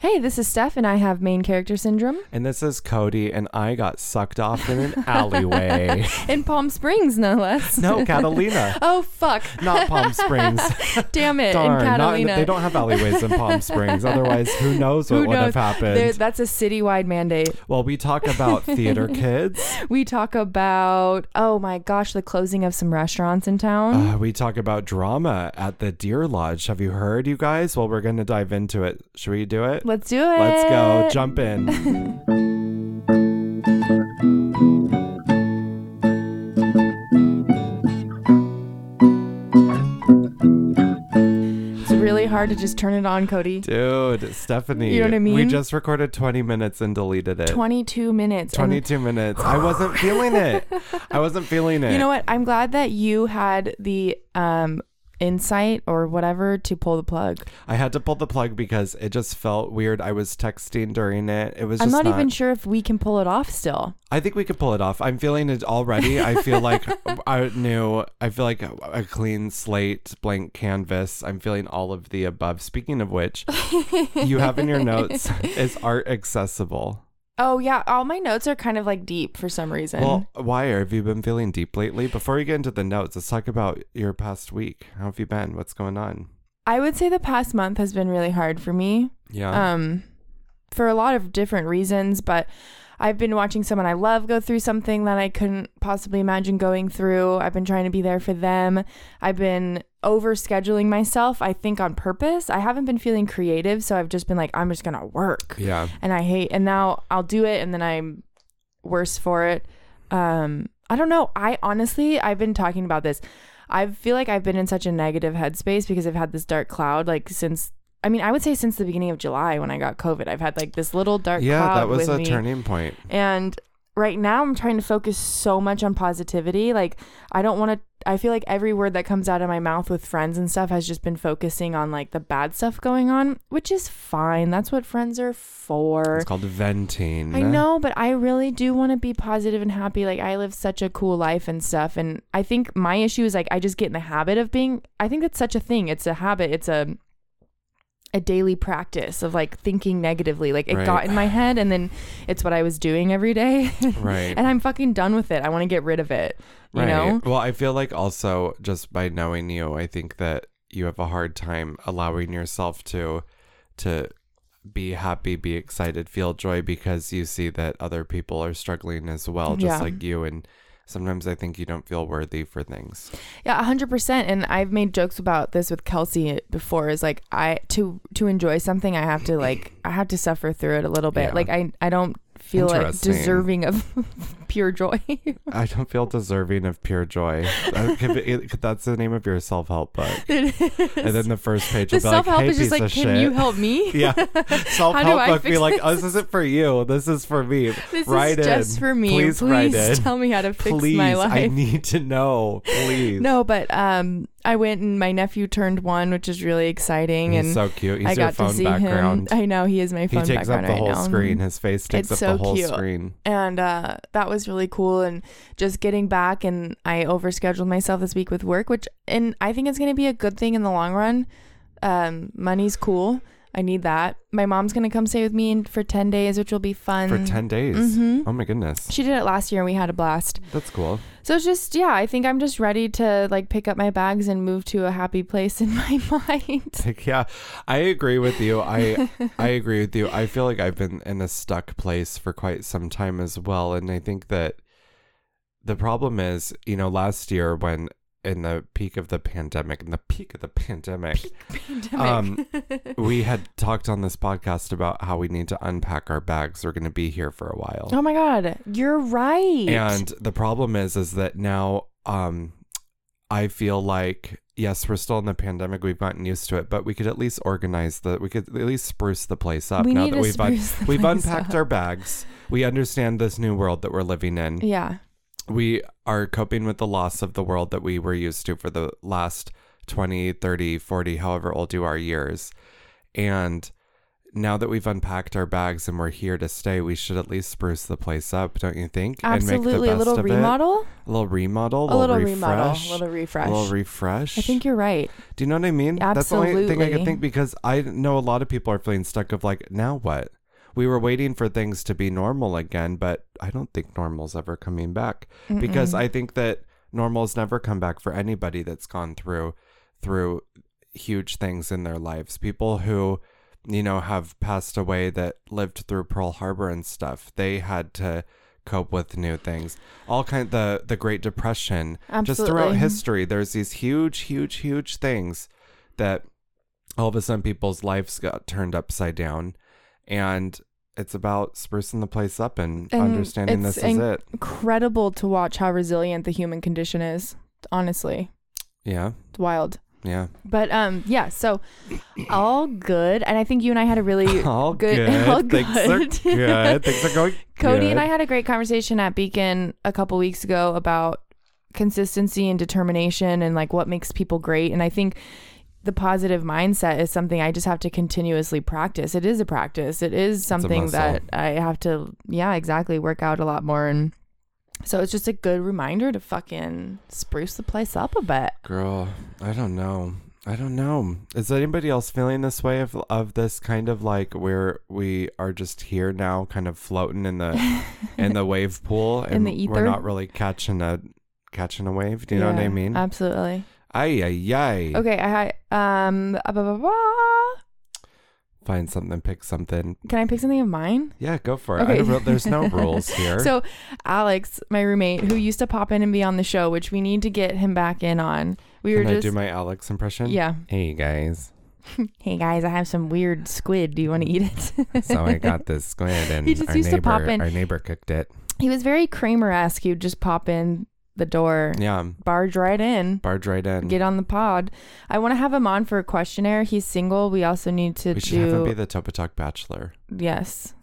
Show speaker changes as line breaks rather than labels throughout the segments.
Hey, this is Steph, and I have main character syndrome
And this is Cody, and I got sucked off in an alleyway.
in Palm Springs, no less.
no, Catalina.
Oh fuck!
Not Palm Springs.
Damn it!
Darn.
in
not in-
Catalina,
they don't have alleyways in Palm Springs. Otherwise, who knows what
Who
would
knows?
have happened?
There- that's a citywide mandate.
well, we talk about theater kids.
We talk about oh my gosh, the closing of some restaurants in town.
Uh, we talk about drama at the Deer Lodge. Have you heard, you guys? Well, we're going to dive into it. Should we do it?
Let's do it.
Let's go. Jump in.
It's really hard to just turn it on, Cody.
Dude, Stephanie.
You know what I
We
mean?
just recorded 20 minutes and deleted it.
22 minutes. and
22 minutes. I wasn't feeling it. I wasn't feeling it.
You know what? I'm glad that you had the um insight or whatever to pull the plug.
I had to pull the plug because it just felt weird. I was texting during it. It was just
I'm not, even sure if we can pull it off still.
I think we could pull it off. I'm feeling it already. I feel like I knew. I feel like a clean slate, blank canvas. I'm feeling all of the above. Speaking of which, you have in your notes is art accessible.
Oh yeah, all my notes are kind of like deep for some reason.
Well, why have you been feeling deep lately? Before you get into the notes, let's talk about your past week. How have you been? What's going on?
I would say the past month has been really hard for me.
Yeah.
Um for a lot of different reasons, but I've been watching someone I love go through something that I couldn't possibly imagine going through. I've been trying to be there for them. I've been over scheduling myself, I think on purpose. I haven't been feeling creative, so I've just been like I'm just going to work.
yeah.
and I hate and now I'll do it and then I'm worse for it. Um I don't know. I honestly I've been talking about this. I feel like I've been in such a negative headspace because I've had this dark cloud like since I mean, I would say since the beginning of July when I got COVID. I've had like this little dark
Yeah,
cloud
that was
with
a
me.
turning point.
And right now I'm trying to focus so much on positivity. Like I don't want to I feel like every word that comes out of my mouth with friends and stuff has just been focusing on like the bad stuff going on, which is fine. That's what friends are for.
It's called venting.
I know, but I really do want to be positive and happy. Like I live such a cool life and stuff. And I think my issue is like I just get in the habit of being I think that's such a thing. It's a habit. It's a a daily practice of like thinking negatively. Like it
Right.
got in my head and then it's what I was doing every day.
Right.
and I'm fucking done with it. I want to get rid of it. You know?
Well, I feel like also just by knowing you, I think that you have a hard time allowing yourself to to be happy, be excited, feel joy because you see that other people are struggling as well, just
Yeah.
like you and sometimes I think you don't feel worthy for things.
Yeah, hundred percent. And I've made jokes about this with Kelsey before. Is like I to to enjoy something, I have to like I have to suffer through it a little bit.
Yeah.
Like I I don't feel like
Interesting.
deserving of pure joy.
I don't feel deserving of pure joy. That could be- it- That's the name of your self-help book. And then the first page
the
will be like,
self help
"Hey,
is just
piece
like,
of
can
shit."
you help me?
yeah, self help
I
book. Be
fix
like, oh, this isn't for you. This is for me.
This
Write
is just
in.
for me.
Please,
Please,
write in.
tell me how to fix
Please,
my life.
I need to know. Please.
no, but um, I went and my nephew turned one, which is really exciting,
He's
and
so cute. He's
I
your
got to
phone
see
background.
him. I know he is my
He
phone
takes up
background
the
right
whole
now.
screen. His face
It's
takes up
so
the whole
cute.
screen.
and uh, that was really cool and just getting back and i overscheduled myself this week with work which and i think it's going to be a good thing in the long run um, money's cool i need that my mom's going to come stay with me in, for 10 days which will be fun
For 10 days.
Mhm.
Oh my goodness.
she did it last year and we had a blast
That's cool.
so it's just yeah i think i'm just ready to like pick up my bags and move to a happy place in my mind
Like, yeah, I agree with you. I I agree with you. I feel like I've been in a stuck place for quite some time as well, and I think that the problem is, you know, last year when in the peak of the pandemic, in the peak of the pandemic, Um, we had talked on this podcast about how we need to unpack our bags. We're going to be here for a while.
oh my god you're right
And the problem is, is that now, um, I feel like yes, we're still in the pandemic. We've gotten used to it, but we could at least organize the. We could at least spruce the place up
We
uh, now
need
that
to
we've un-
spruce the
we've
place
unpacked
up.
our bags. We understand this new world that we're living in.
yeah
We are coping with the loss of the world that we were used to for the last 20, 30, 40, however old you are years. And now that we've unpacked our bags and we're here to stay, we should at least spruce the place up, don't you think? and make
Absolutely.
the
A
best
little
of
remodel.
It. A little remodel.
A little
refresh,
remodel. A little refresh.
A little refresh.
I think you're right.
Do you know what I mean? That's the only thing I
Absolutely.
could think because I know a lot of people are feeling stuck of like, now what? We were waiting for things to be normal again, but I don't think normal's ever coming back because I think that normal's never come back for anybody that's gone through through huge things in their lives. People who you know have passed away that lived through Pearl Harbor and stuff. They had to cope with new things. All kind the the Great Depression just throughout
Absolutely.
history there's these huge huge huge things that all of a sudden people's lives got turned upside down and it's about sprucing the place up and,
And
understanding
it's
this is
in-
it.
Incredible to watch how resilient the human condition is. Honestly,
Yeah.
it's wild.
Yeah.
But um, yeah. So all good, and I think you and I had a really
All
good-
good.
all
Things are
good.
good. Things are going
Cody
good.
and I had a great conversation at Beacon a couple weeks ago about consistency and determination and like what makes people great. And I think the positive mindset is something I just have to continuously practice. It is a practice. It is something
muscle.
that I have to yeah, exactly, work out a lot more and so it's just a good reminder to fucking spruce the place up a bit.
Girl, I don't know. I don't know. Is anybody else feeling this way of of this kind of like where we are just here now, kind of floating in the in the wave pool, and
In the ether?
we're not really catching a catching a wave? Do you know what I
Yeah,
mean?
Absolutely.
Ay ay ay.
Okay, I I- um uh, blah, blah, blah.
Find something, pick something.
can I pick something of mine?
Yeah, go for it. I
Okay.
don't, re- there's no rules here.
So, Alex, my roommate, who used to pop in and be on the show, which we need to get him back in on. We
Can
were
I
just,
do my Alex impression?
yeah.
Hey guys,
Hey guys, I have some weird squid. Do you want to eat it?
so I got this squid, and
He just
our
used to
neighbor,
pop in.
our neighbor cooked it.
he was very Kramer-esque. He would just pop in the door,
Yeah,
barge right in,
barge right in.
get on the pod. I want to have him on for a questionnaire. He's single. We also need to
we should have him be
do
the Topatok Bachelor.
yes.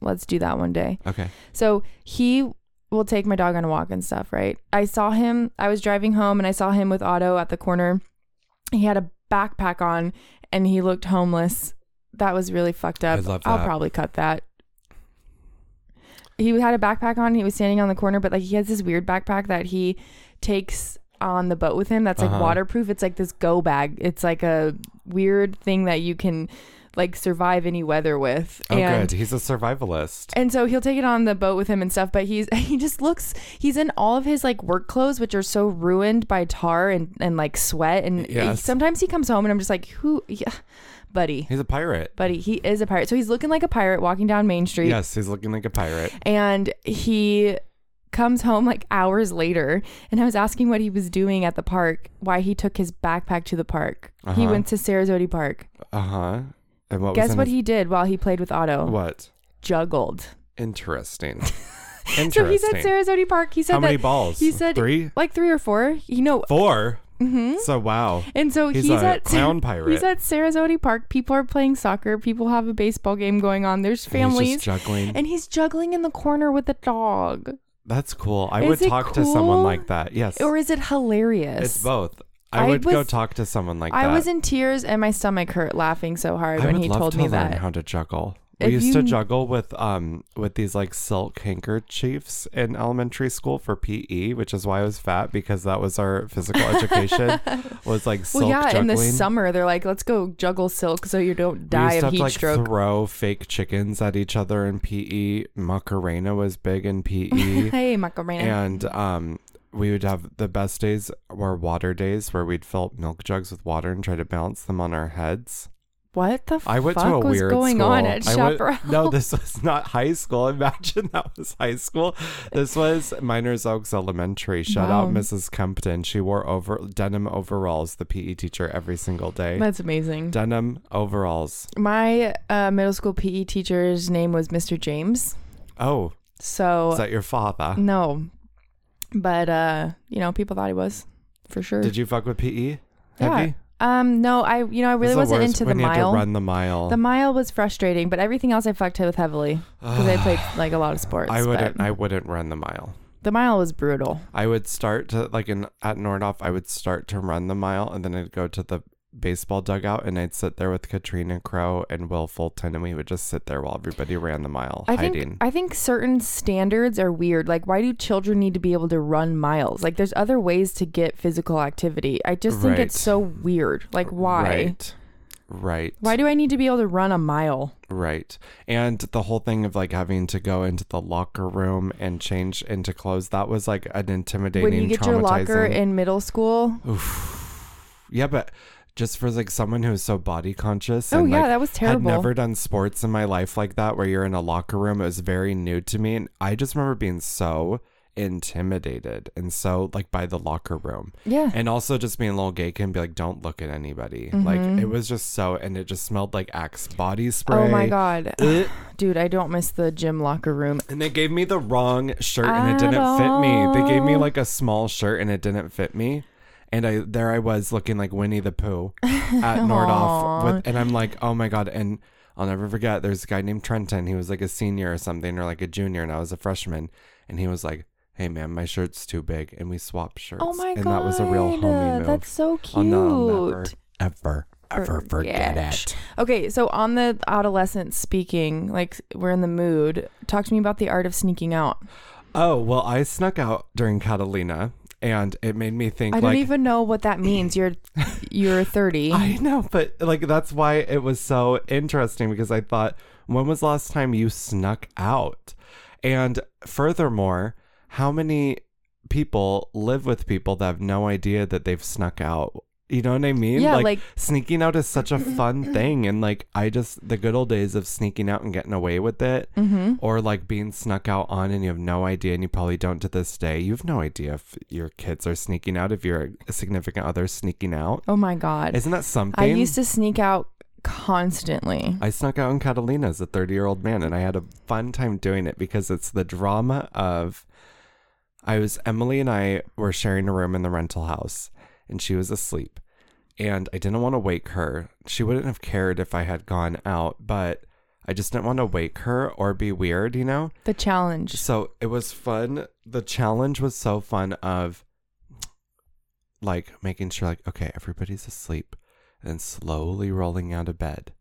Let's do that one day.
Okay.
So he will take my dog on a walk and stuff, right? I saw him, I was driving home and I saw him with Otto at the corner. He had a backpack on and he looked homeless. That was really fucked up.
I love
I'll
that.
probably cut that. He had a backpack on, he was standing on the corner, but like he has this weird backpack that he takes on the boat with him that's like
Uh-huh.
waterproof. It's like this go bag. It's like a weird thing that you can like survive any weather with.
Oh,
and
good. He's a survivalist.
and so he'll take it on the boat with him and stuff, but he's he just looks he's in all of his like work clothes, which are so ruined by tar and, and like sweat. And he-
Yes.
sometimes he comes home and I'm just like, who, yeah, buddy,
He's a pirate.
buddy, he is a pirate. So he's looking like a pirate walking down Main Street,
Yes, he's looking like a pirate.
and he comes home like hours later. And I was asking what he was doing at the park, why he took his backpack to the park. He
Uh-huh.
went to Sarasota Park.
Uh huh. And what was
Guess
in
what
his-
he did while he played with Otto?
What?
Juggled.
Interesting. Interesting.
So he's at Sarasota Park. He said
How
that
many balls?
he said-
three,
like three or four. You know,
four.
Mm-hmm.
So wow.
and so
He's
he's,
a
at
clown pirate.
He's at Sarasota Park. People are playing soccer. People have a baseball game going on. There's
He's just
families,
juggling.
and he's juggling in the corner with a dog.
That's cool. I
Is
would
it
talk to someone
cool?
like that. Yes.
Or is it hilarious?
it's both. I,
I
would go
was-
talk to someone like
I
that.
was in tears and my stomach hurt laughing so hard
I
when
would
he
love
told
to
me
learn
that.
how to juggle. We
If
used to
you-
juggle with um with these like silk handkerchiefs in elementary school for PE, which is why I was fat because that was our physical education was like silk
well, yeah,
juggling.
in the summer they're like, let's go juggle silk so you don't
we
die
used to
of
have
heat
to like
stroke.
throw fake chickens at each other in PE. Macarena was big in PE,
hey, Macarena.
and um we would have the best days were water days where we'd fill milk jugs with water and try to balance them on our heads.
What the
I went
fuck
to a
was
weird
going
school.
on at
I went-
Chaparral?
no, this was not high school. Imagine that was high school. This was Miners Oaks Elementary. Shout out
Wow.
Mrs. Compton. She wore over denim overalls, the PE teacher, every single day.
That's amazing.
denim overalls.
My uh, middle school PE teacher's name was Mr. James.
Oh,
So
is that your father?
no, but uh, you know, people thought he was for sure.
Did you fuck with E? PE?
Yeah.
Heavy?
um, no, I you know I really
It's the
wasn't
worst
into the
when you have
mile.
to run the mile.
The mile was frustrating, but everything else I fucked with heavily because I played like a lot of sports.
I
but
wouldn't. I wouldn't run the mile.
the mile was brutal.
I would start to like in at Nordoff. I would start to run the mile, and then I'd go to the baseball dugout and I'd sit there with Katrina Crow and Will Fulton and we would just sit there while everybody ran the mile
I
hiding.
think I think certain standards are weird. Like why do children need to be able to run miles? Like there's other ways to get physical activity. I just think
Right.
it's so weird. Like why?
Right. Right.
Why do I need to be able to run a mile?
Right. And the whole thing of like having to go into the locker room and change into clothes, that was like an intimidating,
when you get your locker
traumatizing-
in middle school.
yeah, but just for like someone who's so body conscious.
Oh
and,
yeah,
like,
that was terrible.
I'd never done sports in my life like that where you're in a locker room. It was very new to me. And I just remember being so intimidated and so like by the locker room.
yeah.
And also just being a little gay can be like, don't look at anybody. Like it was just so and it just smelled like axe body spray.
Mm-hmm. Oh my god.
Ugh.
Dude, I don't miss the gym locker room.
And they gave me the wrong shirt and
At
it didn't fit me. They gave me
all.
like a small shirt and it didn't fit me. And I there I was looking like Winnie the Pooh at Nordoff with, and I'm like, "Oh my god." And I'll never forget there's a guy named Trenton. He was like a senior or something or like a junior and I was a freshman and he was like, "Hey man, my shirt's too big." And we swapped shirts.
Oh my
and
god.
that was a real homie move.
That's so cute.
I'll, no- I'll never ever ever forget
Forget.
it.
Okay, so on the adolescent speaking, like we're in the mood. Talk to me about the art of sneaking out.
Oh, well, I snuck out during Catalina and it made me think
I
like
don't even know what that means. You're you're 30.
I know, but like that's why it was so interesting because I thought, when was the last time you snuck out? And furthermore, how many people live with people that have no idea that they've snuck out? You know what I mean?
Yeah, like-
sneaking out is such a fun thing. And like, I just, the good old days of sneaking out and getting away with it,
Mm-hmm.
or like being snuck out on and you have no idea, and you probably don't to this day. You have no idea if your kids are sneaking out, if your significant other is sneaking out.
oh my god.
Isn't that something?
I used to sneak out constantly.
I snuck out in Catalina as a 30 year old man, and I had a fun time doing it because it's the drama of. I was, Emily and I were sharing a room in the rental house, and she was asleep. And I didn't want to wake her. She wouldn't have cared if I had gone out, but I just didn't want to wake her or be weird, you know?
The challenge.
So it was fun. The challenge was so fun of like making sure like, okay, everybody's asleep. And then slowly rolling out of bed.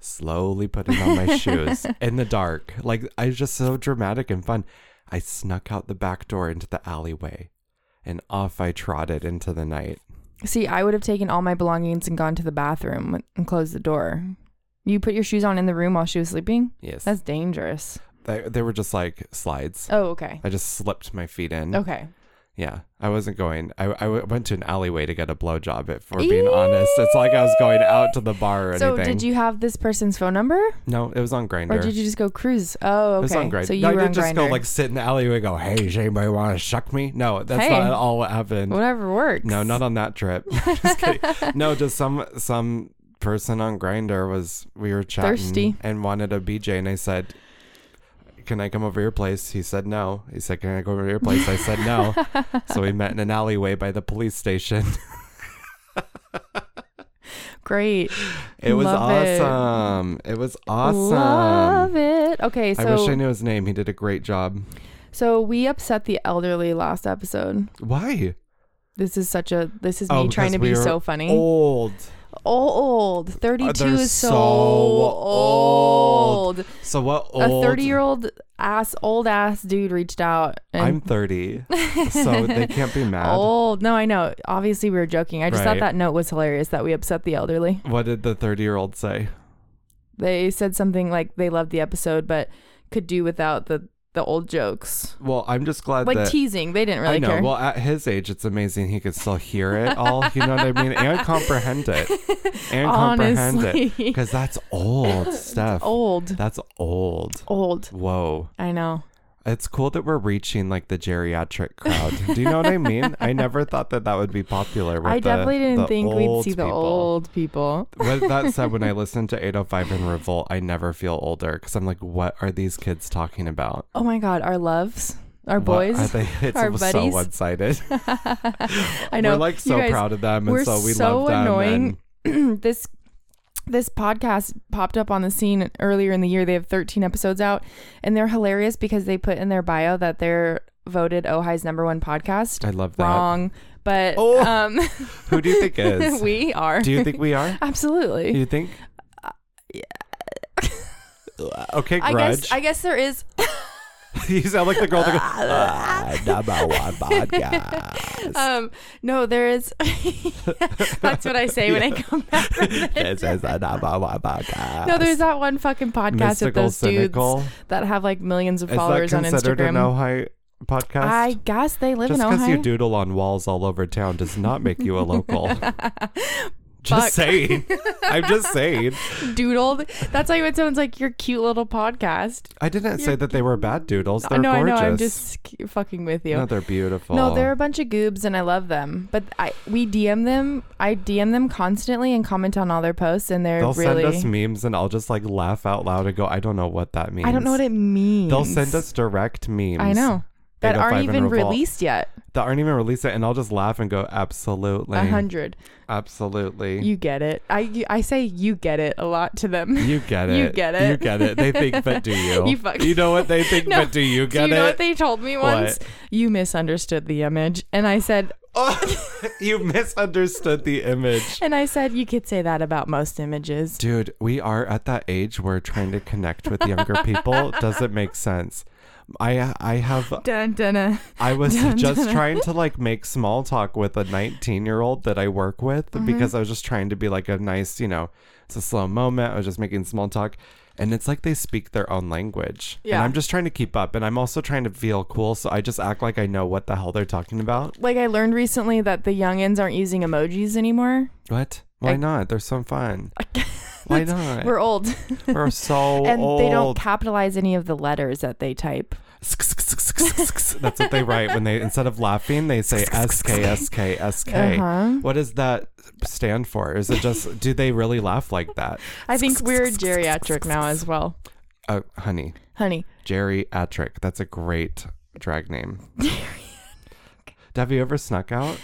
Slowly putting on my shoes in the dark. Like I was just so dramatic and fun. I snuck out the back door into the alleyway and off I trotted into the night.
See, I would have taken all my belongings and gone to the bathroom and closed the door. You put your shoes on in the room while she was sleeping?
Yes.
That's dangerous.
they, they were just like slides.
Oh, okay.
I just slipped my feet in.
Okay.
Yeah, I wasn't going. I, I w- went to an alleyway to get a blowjob. If we're being honest, it's like I was going out to the bar or
So,
anything.
did you have this person's phone number
No, it was on Grinder.
or did you just go cruise? Oh, okay.
It was on Grinder.
So you
I
were
didn't
on
just
Grindr.
go like sit in the alleyway and go, "Hey, does anybody want to shuck me?" No, that's
Hey.
not at all what happened.
Whatever works.
No, not on that trip. just kidding. No, just some some person on Grinder was we were chatting
Thirsty.
and wanted a BJ, and I said, "Can I come over to your place?" He said no. He said, "Can I go over to your place?" I said no. so we met in an alleyway by the police station.
Great.
It was
Love it.
awesome. It. was awesome.
Love it. Okay,
I wish I
so
knew his name. He did a great job.
so we upset the elderly last episode.
Why?
This is such a this is
Oh,
me trying
because
to be
we are
so funny. Old,
Old.
old. 32
they're
is so
so
old.
old. So what
A
old?
30-year-old ass old ass dude reached out
I'm
and
30. so they can't be mad.
old. No, I know. Obviously we were joking. I just thought
Right.
that note was hilarious that we upset the elderly.
What did the 30 year old say?
They said something like they loved the episode but could do without the the old jokes.
Well, I'm just glad
Like
that.
teasing. They didn't really
I know.
care.
Well, at his age, it's amazing he could still hear it all. You know what I mean? And comprehend it. And comprehend it.
Honestly.
Because that's old stuff.
old.
That's old.
Old.
Whoa.
I know.
It's cool that we're reaching like the geriatric crowd. Do you know what I mean? I never thought that that would be popular. With
I definitely
the,
didn't
the
think we'd
old
see the
people.
old people.
With that said, when I listen to 805 and Revolt, I never feel older because I'm like, what are these kids talking about?
Oh my God, our loves, our
What
boys.
are they? It's
our
so
buddies.
one sided.
I know.
We're like
You
so
guys,
proud of them.
we're
and so we
so
love them.
annoying. this this podcast popped up on the scene earlier in the year. They have 13 episodes out, and they're hilarious because they put in their bio that they're voted Ojai's number one podcast.
and I love that.
Wrong. But
Oh.
um,
Who do you think is?
we are.
do you think we are?
Absolutely.
Do you think? Okay,
I
grudge.
guess I guess there is
you sound like the girl that goes, "Ah, number one podcast.
um no there is that's what I say when I come back. from the-
this is the number one podcast.
No, there's that one fucking podcast with
Mystical,
those
cynical.
dudes that have like millions of
Is
followers
that
on
considered
Instagram.
an Ojai podcast?
I guess they live
Just
in
because
Ohio.
you doodle on walls all over town does not make you a local.
Fuck.
just saying. I'm just saying.
Doodled. That's why when someone's like, "Your cute little podcast."
I didn't say that they were bad doodles. They're
no,
gorgeous.
I know. I'm just k- fucking with you.
No, they're beautiful.
No, they're a bunch of goobs, and I love them. But I we DM them. I DM them constantly and comment on all their posts, and they're
They'll
really.
send us memes and I'll just like laugh out loud and go, I don't know what that means.
I don't know what it means.
They'll send us direct memes.
I know
They
that
go
aren't
five in
even
revolt.
released yet.
That aren't even released it, and I'll just laugh and go, absolutely,
A hundred.
absolutely.
You get it. I you, I say you get it a lot to them.
You get it.
You get it.
You get it. They think, but do you?
You fuck-
know what they think,
No.
but do you
Do
get
you know what
it?
they told me once? You misunderstood the image, and I said,
Oh, you misunderstood the image.
and I said you could say that about most images.
Dude, we are at that age where trying to connect with younger people doesn't make sense. I I have
Dun dun. dun.
I was just trying to like make small talk with a 19 year old that I work with
Mm-hmm.
because I was just trying to be like a nice, you know, it's a slow moment. I was just making small talk. And it's like they speak their own language.
Yeah.
And I'm just trying to keep up. And I'm also trying to feel cool. So I just act like I know what the hell they're talking about.
Like I learned recently that the youngins aren't using emojis anymore.
What? Why
I-
not? They're so fun. Why not?
We're
We're,
old.
so
and
old.
they don't capitalize any of the letters that they type.
That's what they write when they, instead of laughing, they say SK, SK, SK.
Uh-huh.
What does that stand for? Is it just do they really laugh like that?
I think we're geriatric now as well.
Oh, honey,
Honey,
geriatric. That's a great drag name. have you ever snuck out?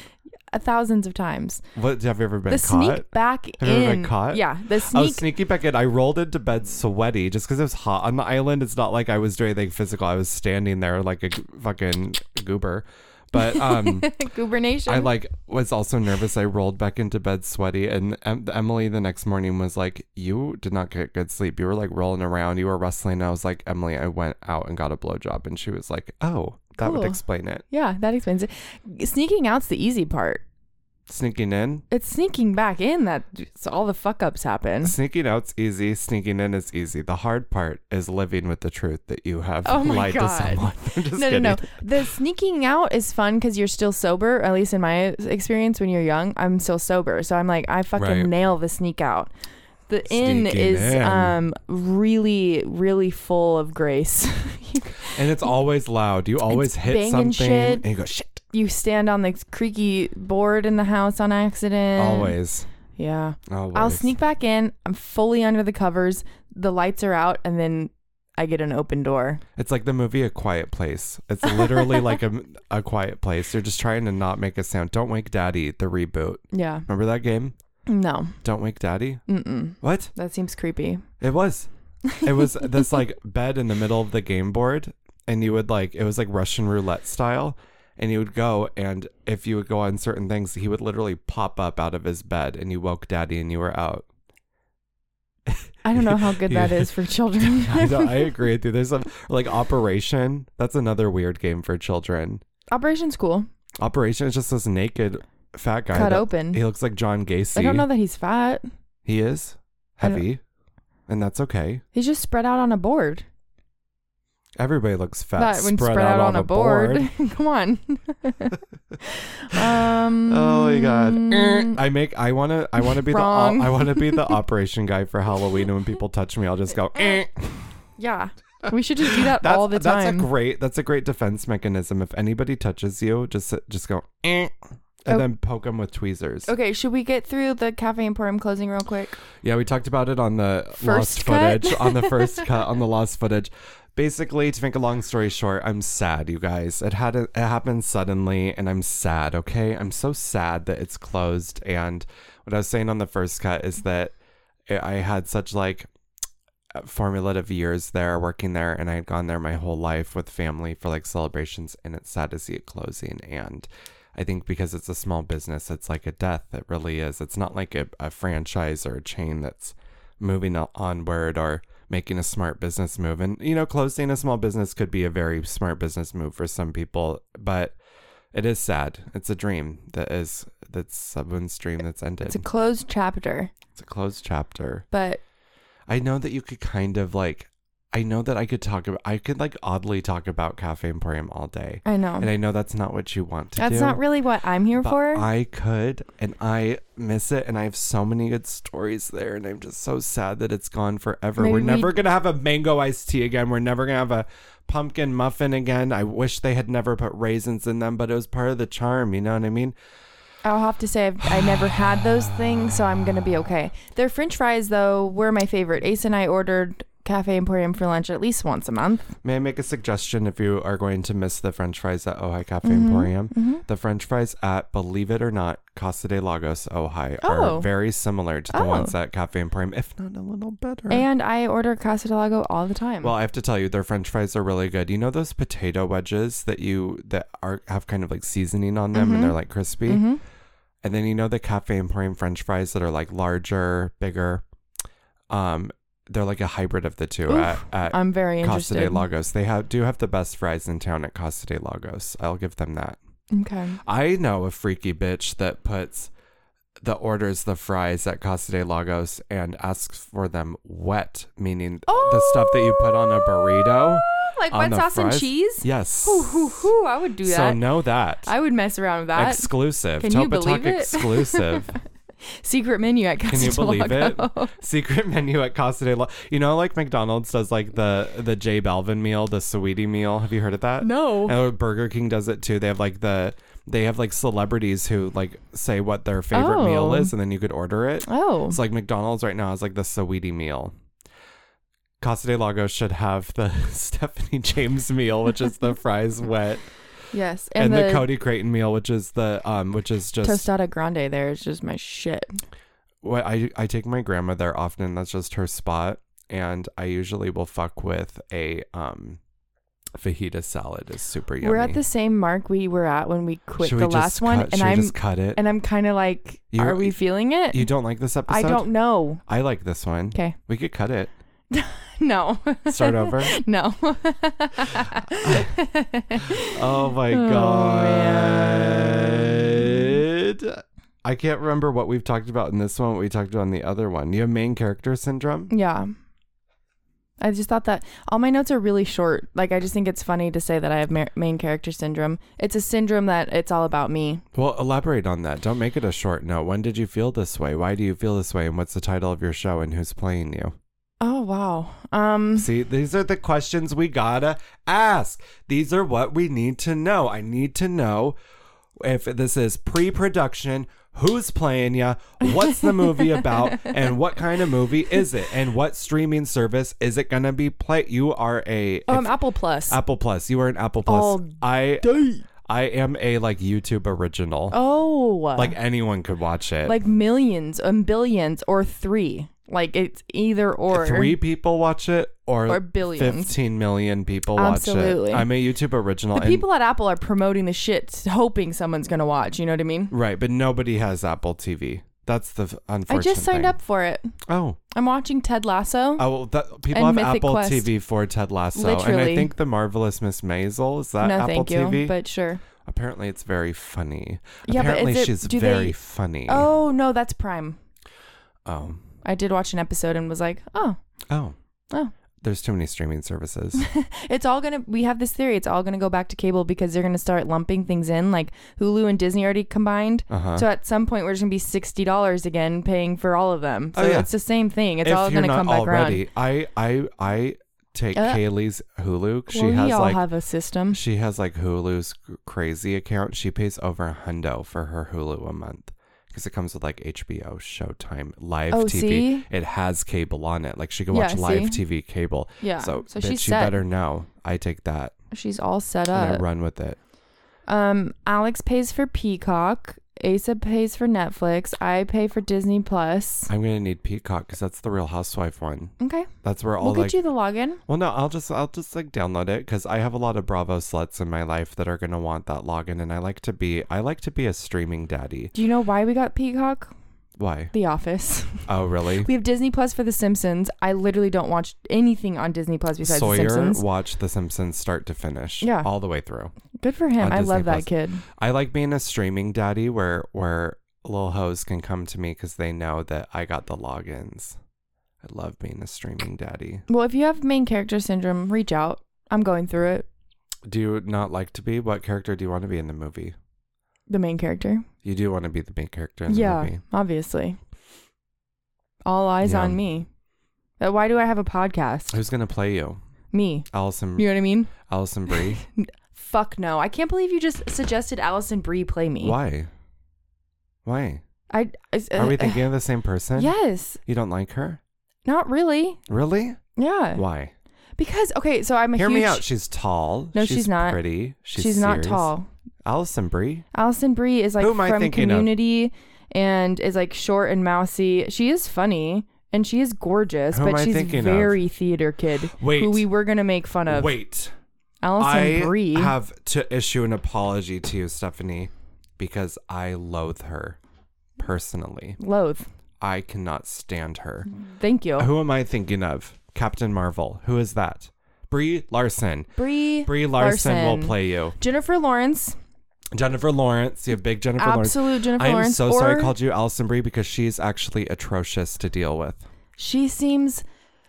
uh, thousands of times.
What have you ever been
The
caught?
sneak back
Have you
in.
ever been caught? Oh,
Yeah, the
I was
sneak.
sneaky back in. I rolled into bed sweaty just because it was hot on the island. It's not like I was doing anything physical. I was standing there like a g- fucking goober. But um,
Goober Nation.
I like was also nervous. I rolled back into bed sweaty, and em- Emily the next morning was like, "You did not get good sleep. You were like rolling around. You were wrestling." And I was like, "Emily, I went out and got a blowjob," and she was like, "Oh, that
Cool.
would explain it.
yeah, that explains it. Sneaking out's the easy part.
Sneaking in,
It's sneaking back in that so all the fuck ups happen.
sneaking out's easy. Sneaking in is easy. The hard part is living with the truth that you have
Oh my
lied
God.
to someone." I'm just
No, no,
kidding.
no. The sneaking out is fun because you're still sober. At least in my experience, when you're young, I'm still sober, so I'm like, I fucking
Right.
nail the sneak out. The inn
Sneaking
is
in.
um really, really full of grace. you,
And it's always loud. You always hit
banging
something,
shit.
and you go shit.
you stand on the creaky board in the house on accident.
Always,
Yeah.
always.
I'll sneak back in. I'm fully under the covers. The lights are out, and then I get an open door.
It's like the movie A Quiet Place. It's literally like a, a quiet place. You're just trying to not make a sound. Don't Wake Daddy, the reboot.
Yeah.
Remember that game?
No.
Don't Wake Daddy?
Mm-mm.
What?
That seems creepy.
It was. It was this like bed in the middle of the game board. And you would like, it was like Russian roulette style. And you would go, and if you would go on certain things, he would literally pop up out of his bed and you woke daddy and you were out.
I don't know how good that
Yeah.
is for children.
I, know, I agree with you. There's some like Operation. That's another weird game for children.
Operation's cool.
Operation is just this naked fat guy.
Cut
that-
open.
He looks like John Gacy.
I don't know that he's fat.
He is
I don't-
heavy, and that's okay.
He's just spread out on a board.
Everybody looks fat.
That when spread, out, on, a board. Come on. um.
Oh my god! Er, I make. I wanna. I wanna be
Mm. Wrong.
the. I wanna be the operation guy for Halloween. And when people touch me, I'll just go. "Eh."
Yeah. We should just do that
That's,
all the time.
That's a great. That's a great defense mechanism. If anybody touches you, just just go. "Eh," And
Oh.
then poke them with tweezers.
okay, should we get through the Cafe Emporium closing real quick?
Yeah, we talked about it on the
First
lost
cut?
footage, on the first cut, on the lost footage. Basically, to make a long story short, I'm sad, you guys. It had it happened suddenly, and I'm sad. Okay, I'm so sad that it's closed. And what I was saying on the first cut is that I I had such like formulative years there, working there, and I had gone there my whole life with family for like celebrations, and it's sad to see it closing. And I think because it's a small business, it's like a death. It really is. It's not like a, a franchise or a chain that's moving o- onward or making a smart business move. And, you know, closing a small business could be a very smart business move for some people, but it is sad. It's a dream that is, that's someone's dream that's ended.
It's a closed chapter,
it's a closed chapter.
but
I know that you could kind of like, I know that I could talk about, I could like oddly talk about Cafe Emporium all day.
I know
And I know that's not what you want to do.
Um, that's not really what I'm here
but
for.
I could, and I miss it, and I have so many good stories there, and I'm just so sad that it's gone forever.
Maybe
We're
we-
never gonna have a mango iced tea again. We're never gonna have a pumpkin muffin again. I wish they had never put raisins in them, but it was part of the charm. You know what I mean?
I'll have to say I've, I never had those things, so I'm gonna be okay. Their French fries though were my favorite. Ace and I ordered Cafe Emporium for lunch at least once a month.
May I make a suggestion if you are going to miss the French fries at Ojai Cafe
Mm-hmm,
Emporium? The French fries at, believe it or not, Casa de Lagos, Ojai,
Oh.
are very similar to the
Oh.
ones at Cafe Emporium, if not a little better.
And I order Casa de Lago all the time.
Well, I have to tell you, their French fries are really good. You know those potato wedges that you that are have kind of like seasoning on them, and they're like crispy.
Mhm.
And then you know the Cafe Emporium French fries that are like larger, bigger. Um, they're like a hybrid of the two
Oof.
at, at
I'm very
Costa de
interested.
Lagos. They have do have the best fries in town at Costa de Lagos. I'll give them that.
okay.
I know a freaky bitch that puts the orders the fries at Casa de Lagos and asks for them wet, meaning the stuff that you put on a burrito.
Oh! like
on
wet
the
sauce and
fries.
cheese.
Yes.
Hoo, hoo, hoo, I would do
So
that.
know that.
I would mess around with that.
exclusive.
Can you
Topa
believe
Talk
it?
exclusive.
Secret menu at Casa
Can you
de
believe it?
Lago.
Secret menu at Casa de La- You know, like McDonald's does like the the J Balvin meal, the sweetie meal. Have you heard of that?
No.
Oh, Burger King does it too. They have like the they have like celebrities who like say what their favorite meal
Oh.
is and then you could order it.
Oh.
It's like McDonald's right now is like the Saweetie meal. Casa de Lagos should have the Stephanie James meal, which is the fries wet,
Yes.
and,
And,
the,
the,
Cody Creighton meal, which is the um, which is just
tostada grande there is just my shit.
what I I take my grandma there often. That's just her spot, and I usually will fuck with a um, fajita salad. is super yummy.
We're at the same mark we were at when we quit
Should we
the last
just
one,
cut-
and
should we
I'm
just cut it.
and I'm kind of like,
You're-
are we feeling it?
you don't like this episode?
I don't know.
I like this one.
Okay,
We could cut it.
no,
Start over.
no.
Oh my
Oh,
god.
man.
I can't remember what we've talked about in this one, what we talked about in the other one. You have main character syndrome?
yeah. I just thought that all my notes are really short. Like, I just think it's funny to say that I have ma- main character syndrome. It's a syndrome that it's all about me.
Well, elaborate on that. Don't make it a short note. When did you feel this way? Why do you feel this way? And what's the title of your show and who's playing you?
Oh wow. Um.
See, these are the questions we gotta ask. These are what we need to know. I need to know if this is pre production, who's playing ya, what's the movie about, and what kind of movie is it, and what streaming service is it gonna be play? You are a
Oh, I'm
if-
Apple Plus.
Apple Plus. You are an Apple Plus.
All
I I am a like YouTube original.
oh.
Like anyone could watch it.
like millions and billions or three. Like it's either or.
three people watch it or,
Or billions.
15 million people watch
Absolutely.
it. I'm a YouTube original.
The
and-
people at Apple are promoting the shit, hoping someone's gonna watch. You know what I mean?
Right, but nobody has Apple TV. That's the f-
I
unfortunate.
just signed
thing.
up for it.
Oh,
I'm watching Ted Lasso.
oh, well, that, people
And
have
Mythic
Apple
Quest.
TV for Ted Lasso, and I
Literally.
think the marvelous Miss Maisel is that
no,
Apple
thank you.
TV.
But sure.
Apparently, it's very funny.
Yeah, but is
Apparently,
it-
she's
do
very
they-
funny.
Oh no, that's Prime.
oh,
I did watch an episode and was like, oh,
oh,
Oh.
There's too many streaming services.
it's all gonna. We have this theory. It's all gonna go back to cable because they're gonna start lumping things in, like Hulu and Disney already combined.
Uh huh.
So at some point, we're just gonna be sixty dollars again, paying for all of them. So
Oh, yeah.
it's the same thing. It's
if
all
you're
gonna
not
come back
already,
around.
I, I, I take
Uh,
Kaylee's Hulu. She
well,
has
we all
like
have a system.
She has like Hulu's c- crazy account. She pays over a hundo for her Hulu a month because it comes with like HBO, Showtime, live
Oh,
TV.
see?
It has cable on it. Like she can
Yeah,
watch live
see?
TV cable.
Yeah.
So,
So
bitch,
she's
you
set.
better know. I take that
She's all set
and I
up.
run with it.
Um, Alex pays for Peacock. Asa pays for Netflix. I pay for Disney Plus.
I'm gonna need Peacock because that's the Real Housewife one.
Okay.
That's where all
We'll get
like.
you the login.
well, no, I'll just I'll just like download it because I have a lot of Bravo sluts in my life that are gonna want that login, and I like to be I like to be a streaming daddy.
Do you know why we got Peacock?
Why?
The Office.
Oh, really?
We have Disney Plus for The Simpsons. I literally don't watch anything on Disney Plus besides The
Sawyer
Simpsons.
watched The Simpsons start to finish.
Yeah.
all the way through.
Good for him.
on
I love
Disney
that
Plus.
kid.
I like being a streaming daddy where where little hoes can come to me because they know that I got the logins. I love being a streaming daddy.
Well, if you have main character syndrome, reach out. I'm going through it.
Do you not like to be? What character do you want to be in the movie?
The main character.
You do want to be the main character in the
yeah,
movie.
obviously. All eyes
Yeah.
on me. Uh, Why do I have a podcast?
Who's gonna play you?
Me.
Allison
You know what I mean?
Allison Brie?
Fuck no. I can't believe you just suggested Allison Brie play me. Uh,
Why? Why?
I, I-
Are we thinking of the same person?
Yes.
You don't like her?
Not really.
Really?
Yeah.
Why?
Because okay, so I'm a
Hear
Uh, huge
me out. She's tall.
No, she's not.
pretty. She's,
she's not
serious.
tall.
Allison Brie.
Allison Brie is like
Who am I
from
thinking of?
community and is like short and mousy. She is funny and she is gorgeous,
Who am
but
I
she's
thinking of?
very theater kid.
Wait.
Who we were gonna make fun of.
Wait.
Allison
I
Brie.
have to issue an apology to you, Stephanie, because I loathe her personally.
Loathe.
I cannot stand her.
Thank you.
Who am I thinking of? Captain Marvel. Who is that? Brie Larson.
Brie
Brie Larson, will play you.
Jennifer Lawrence.
Jennifer Lawrence. You have big Jennifer Lawrence.
Absolute Jennifer
I am
Lawrence.
so sorry
or
I called you Allison Brie because she's actually atrocious to deal with.
She seems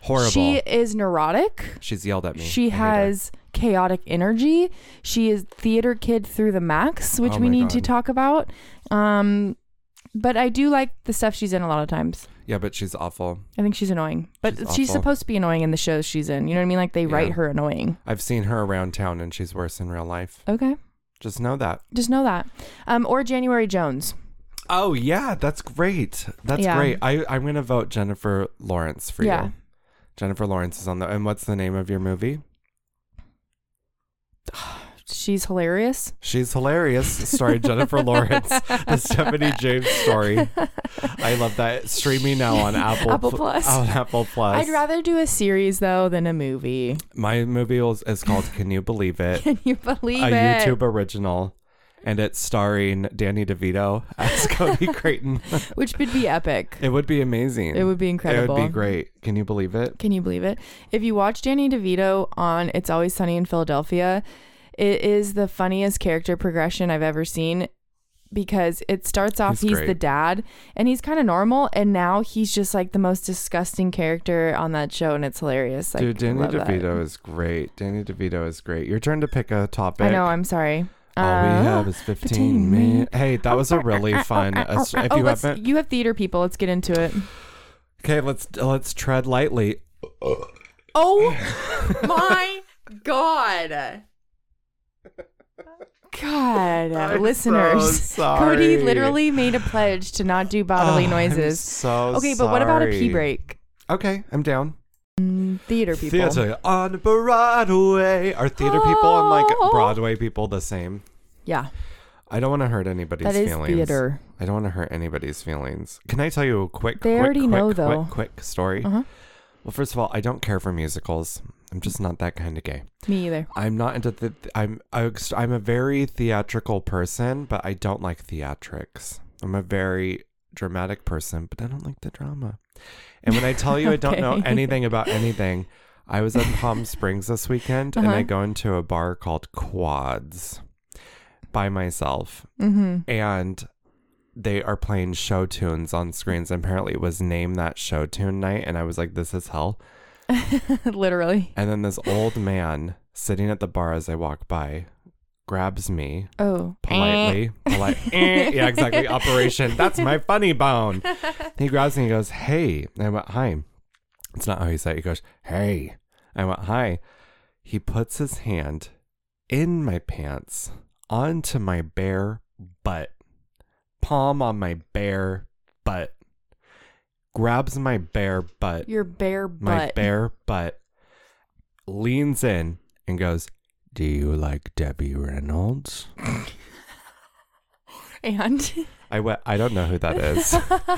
Horrible.
she is neurotic.
she's yelled at me. I
She
hate her.
has chaotic energy. She is theater kid through the max, which
Oh
we
my
need to
God.
talk about. Um, but I do like the stuff she's in a lot of times.
Yeah, but she's awful.
I think she's annoying, but
She's
she's,
awful.
supposed to be annoying in the shows she's in. You know what I mean? Like they write
Yeah.
her annoying.
I've seen her around town and she's worse in real life.
Okay,
Just know that.
just know that. Um, or January Jones.
Oh yeah, that's great. That's
Yeah.
great. I I'm gonna vote Jennifer Lawrence for
Yeah.
you. Jennifer Lawrence is on the. And what's the name of your movie?
She's hilarious.
She's hilarious. Starring Jennifer Lawrence, the Stephanie James story. I love that. Streaming now on Apple
Apple
Pl-
Plus.
On Apple Plus.
I'd rather do a series though than a movie.
My movie was, is called "Can You Believe It,"
Can you believe
a
it?
YouTube original, and it's starring Danny DeVito as Cody Creighton.
Which would be epic.
it would be amazing.
It would be
It
incredible.
would be great. Can you believe it?
Can you believe it? If you watch Danny DeVito on It's Always Sunny in Philadelphia, it is the funniest character progression I've ever seen because it starts off
He's
he's,
great.
the dad and he's kind of normal and now he's just like the most disgusting character on that show and it's hilarious. Like,
Dude, Danny
love that.
DeVito is great. Danny DeVito is great. Your turn to pick a topic.
I know, I'm sorry.
All
Uh,
we have is 15,
15
minutes. Hey, that was a really fun.
oh,
If
oh,
you
let's-
haven't,
you have theater people. Let's get into it.
okay, let's let's tread lightly.
Oh my god. God,
I'm
listeners.
so
Cody
sorry.
literally made a pledge to not do bodily
Oh, I'm
noises.
so
Okay, but what about a pee
sorry.
break?
Okay, I'm down.
Mm, theater people.
Theater on Broadway. Are theater people and
Oh.
like Broadway people the same?
Yeah,
I don't want to hurt anybody's
that is
feelings.
theater.
I don't want to hurt anybody's feelings. Can I tell you a quick,
They
quick,
already
quick,
know,
quick,
though.
quick, story?
Uh-huh.
Well, first of all, I don't care for musicals. I'm just not that kind of gay.
Me either.
I'm not into the. I'm I ex- I'm a very theatrical person, but I don't like theatrics. I'm a very dramatic person, but I don't like the drama. And when I tell you I don't know
Okay.
anything about anything, I was in Palm Springs this weekend, and
Uh-huh.
I go into a bar called Quads by myself,
Mm-hmm.
and they are playing show tunes on screens. Apparently, it was named that show tune night, and I was like, "This is hell."
Literally.
And then this old man sitting at the bar as I walk by grabs me
Oh.
politely. polite. Eh, yeah, exactly. Operation. That's my funny bone. He grabs me and he goes, Hey. And I went, Hi. It's not how he said it. He goes, Hey. I went, Hi. He puts his hand in my pants onto my bare butt, palm on my bare butt, grabs my bare butt
Your bare
my
butt.
bare butt leans in and goes, "Do you like Debbie Reynolds?"
And
I went. I don't know who that is,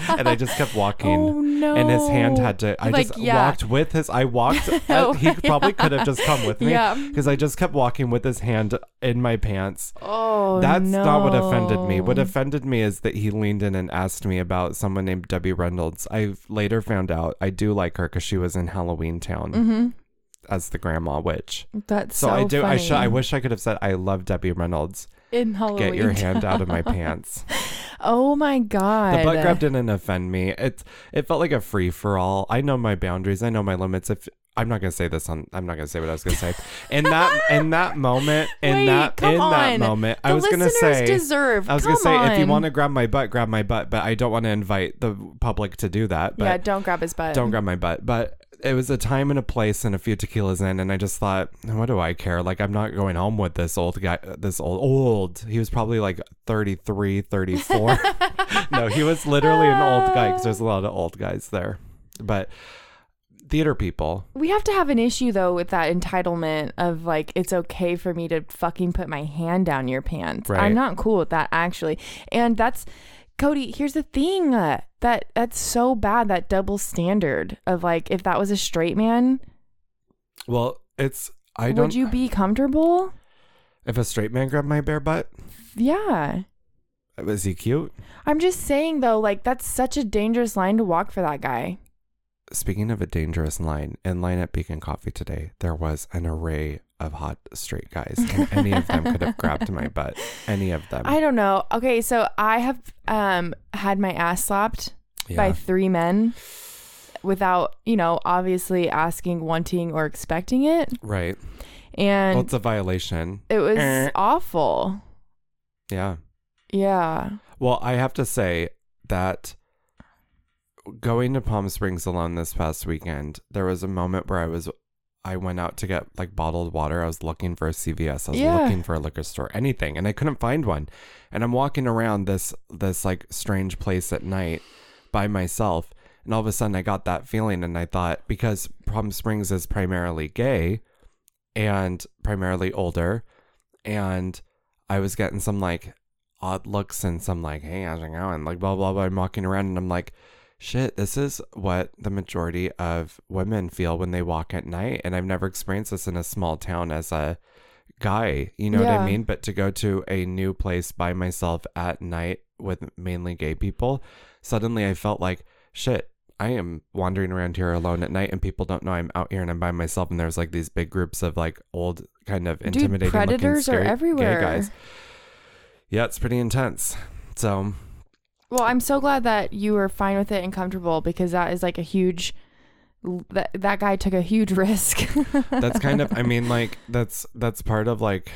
and I just kept walking.
oh no.
And his hand had to. I
Like,
just
yeah.
walked with his. I walked.
Oh,
uh, he probably could have just come with me
Yeah.
because I just kept walking with his hand in my pants.
Oh,
That's not what offended me. What
no.
offended me is that he leaned in and asked me about someone named Debbie Reynolds. I later found out I do like her because she was in Halloween Town
Mm-hmm.
as the grandma witch.
That's
So,
so,
I do. I should. I
funny. Oh,
wish I could have said I love Debbie Reynolds.
in Halloween.
Get your hand out of my pants.
Oh my god.
The butt grab didn't offend me. It it felt like a free for all. I know my boundaries. I know my limits. If I'm not gonna say this on, I'm not gonna say what I was gonna say. In that in that moment, in
Wait,
that
come
in that
on.
moment, I
The
was gonna
listeners
say.
deserve.
I was
Come
gonna say if you
on.
want to grab my butt, grab my butt. But I don't want to invite the public to do that. But
yeah, don't grab his butt.
don't grab my butt. But it was a time and a place and a few tequilas in, and I just thought, what do I care? Like, I'm not going home with this old guy, this old, old. He was probably like 33, 34. no, he was literally an old guy because there's a lot of old guys there. But theater people,
We have to have an issue though with that entitlement of like it's okay for me to fucking put my hand down your pants.
Right.
I'm not cool with that actually. And that's Cody, here's the thing uh, that that's so bad that double standard of like if that was a straight man,
well, it's, I don't,
would you be comfortable?
if a straight man grabbed my bare butt,
Yeah.
was he cute?
I'm just saying though like that's such a dangerous line to walk for that guy.
Speaking of a dangerous line, in line at Beacon Coffee today, there was an array of hot straight guys, and any of them could have grabbed my butt. Any of them.
I don't know. Okay, so I have um had my ass slapped
yeah.
by three men without, you know, obviously asking, wanting, or expecting it.
right.
And
Well, it's a violation.
it was
Eh.
awful.
Yeah.
Yeah.
Well, I have to say that going to Palm Springs alone this past weekend, there was a moment where I was I went out to get like bottled water. I was looking for a CVS. I was
Yeah.
looking for a liquor store, anything, and I couldn't find one. And I'm walking around this this like strange place at night by myself, and all of a sudden I got that feeling and I thought because Palm Springs is primarily gay and primarily older and I was getting some like odd looks and some like, hey, how's it going? Like blah blah blah. I'm walking around and I'm like, shit, this is what the majority of women feel when they walk at night. And I've never experienced this in a small town as a guy. You know what
Yeah.
I mean? But to go to a new place by myself at night with mainly gay people, suddenly I felt like, shit, I am wandering around here alone at night and people don't know I'm out here and I'm by myself and there's like these big groups of like old kind of intimidating
Dude,
looking
predators are
scary
everywhere.
Gay guys. Yeah, it's pretty intense. So
Well, I'm so glad that you were fine with it and comfortable because that is like a huge that that guy took a huge risk.
that's kind of I mean like that's that's part of like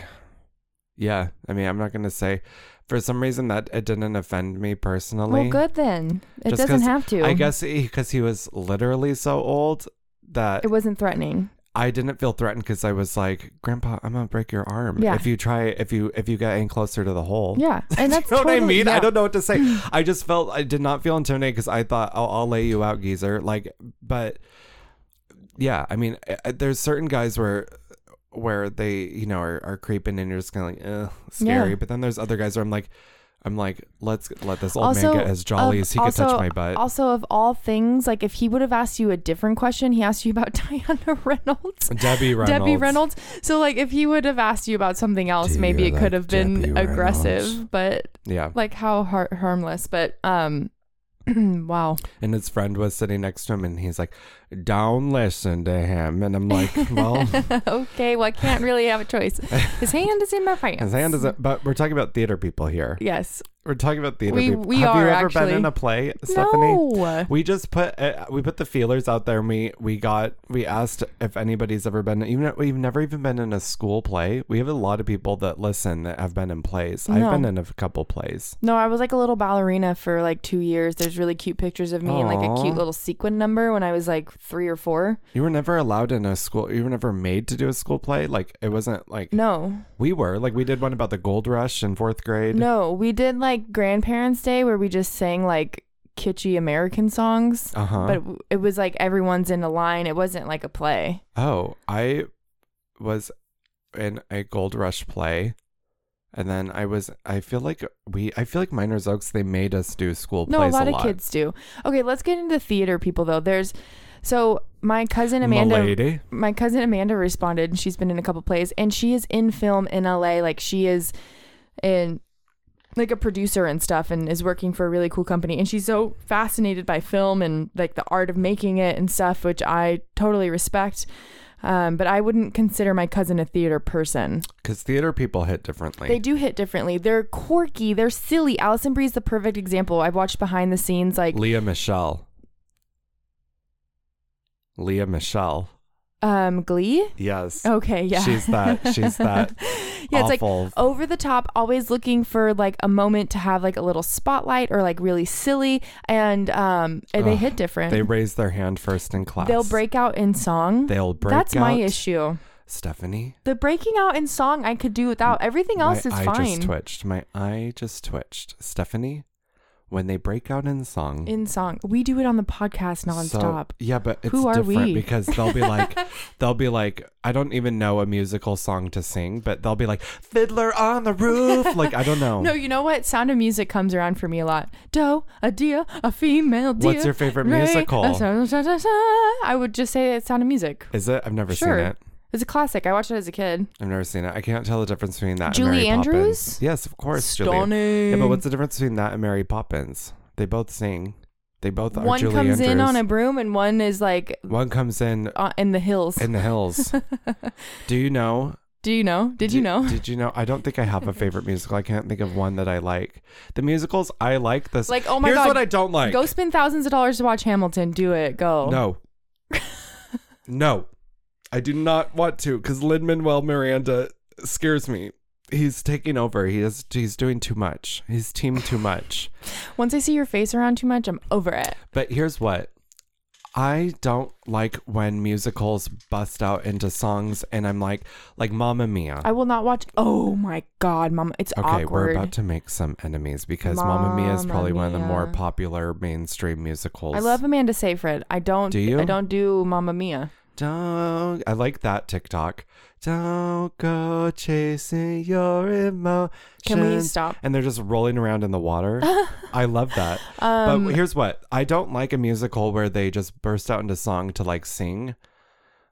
yeah, I mean I'm not going to say for some reason that it didn't offend me personally.
well, good then. It
Just
doesn't
'cause
have to.
I guess because he was literally so old that
it wasn't threatening.
I didn't feel threatened because I was like, Grandpa, I'm gonna break your arm
Yeah.
if you try if you if you get any closer to the hole.
Yeah, and that's
Oh. you know what I
totally-
mean?
yeah.
I don't know what to say. I just felt I did not feel intimidated because I thought "Oh, I'll, I'll lay you out, geezer. Like, but yeah, I mean, I- I- there's certain guys where where they you know are, are creeping and you're just kind of like Ugh, scary,
Yeah.
but then there's other guys where I'm like, I'm like, let's let this old
Also,
man get his jollies.
of-
he could
also-
touch my butt.
Also, of all things, like if he would have asked you a different question, he asked you about Diana Reynolds.
Debbie Reynolds.
Debbie Reynolds. So like if he would have asked you about something else,
Do
maybe
you
it could
like
have been
Debbie
aggressive,
Reynolds?
but
Yeah.
like how har- harmless, but um wow.
And his friend was sitting next to him, and he's like, "Don't listen to him." And I'm like, "Well,
okay, well I can't really have a choice. His hand is in my pants.
his hand isn't." But we're talking about theater people here.
Yes.
We're talking about theater
We-
people.
we
Have you
are,
ever
actually.
been in a play, Stephanie?
No.
We just put uh, we put the feelers out there, and we we got we asked if anybody's ever been even if we've never even been in a school play. We have a lot of people that listen that have been in plays.
No.
I've been in a couple plays.
No, I was like a little ballerina for like 2 years. There's really cute pictures of me and like a
Aw.
cute little sequin number when I was like 3 or 4.
You were never allowed in a school. You were never made to do a school play. Like it wasn't like
No.
we were. Like we did one about the gold rush in fourth grade.
No, we did like Grandparents' Day where we just sang like kitschy American songs,
Uh huh.
but it, it was like everyone's in a line. It wasn't like a play.
Oh, I was in a Gold Rush play And then I was, I feel like we, I feel like Miners Oaks, they made us do school
No, a
plays
lot of kids do. Okay, let's get into theater people though. There's so my cousin Amanda
Milady.
my cousin Amanda responded and she's been in a couple plays and she is in film in LA like she is in like a producer and stuff and is working for a really cool company and she's so fascinated by film and like the art of making it and stuff which I totally respect um, but I wouldn't consider my cousin a theater person.
Because theater people hit differently.
They do hit differently. They're quirky. They're silly. Allison Brie's the perfect example. I've watched behind the scenes like
Leah Michelle. Leah Michelle.
um Glee.
Yes.
Okay, yeah.
She's that. She's that.
yeah, it's like
awful.
over the top, always looking for like a moment to have like a little spotlight or like really silly, and um, and they
Ugh,
hit different.
they raise their hand first in class.
will break out in song.
They'll break.
That's my
out.
issue.
Stephanie.
The breaking out in song I could do without. Everything else
my
is
eye
fine.
just twitched. My eye just twitched. Stephanie, when they break out in song,
in song, we do it on the podcast
so-
nonstop.
yeah, but it's
Who are
different
we?
because they'll be like, they'll be like, I don't even know a musical song to sing, but they'll be like, Fiddler on the Roof. Like I don't know.
No, you know what? Sound of Music comes around for me a lot. Doe, a deer, a female deer.
What's your favorite
Ray,
musical?
a sa- sa- sa- sa- I would just say it's Sound of Music.
Is it? I've never
Sure.
seen it.
It's a classic. I watched it as a kid.
I've never seen it. I can't tell the difference between that.
Julie
and Mary
Andrews?
Poppins. Yes, of course. Julie.
Stunning.
Yeah, but what's the difference between that and Mary Poppins? They both sing. They both are
one
Julie
comes in
Andrews.
on a broom and one is like
One comes in
uh, in the hills.
in the hills. Do you know?
Do you know? Did you
di-
know?
Did you know? I don't think I have a favorite musical. I can't think of one that I like. The musicals I like. This
Like, oh my
Here's
God,
what I don't like.
Go spend thousands of dollars to watch Hamilton. Do it. Go.
No. no. I do not want to because Lin Manuel Miranda scares me. He's taking over. He is he's doing too much. He's team too much.
Once I see your face around too much, I'm over it.
But here's what. I don't like when musicals bust out into songs and I'm like like Mamma Mia.
I will not watch. Oh my God, Mama. It's
Okay,
awkward.
we're about to make some enemies because Mamma Mia is
Mamma
probably one of the more
Mia.
popular mainstream musicals.
I love Amanda Seyfried. I don't.
Do you?
I don't do Mamma Mia.
Don't I like that TikTok? Don't go chasing your emotions.
Can we stop?
And they're just rolling around in the water. I love that.
Um,
but here's what I don't like a musical where they just burst out into song to like sing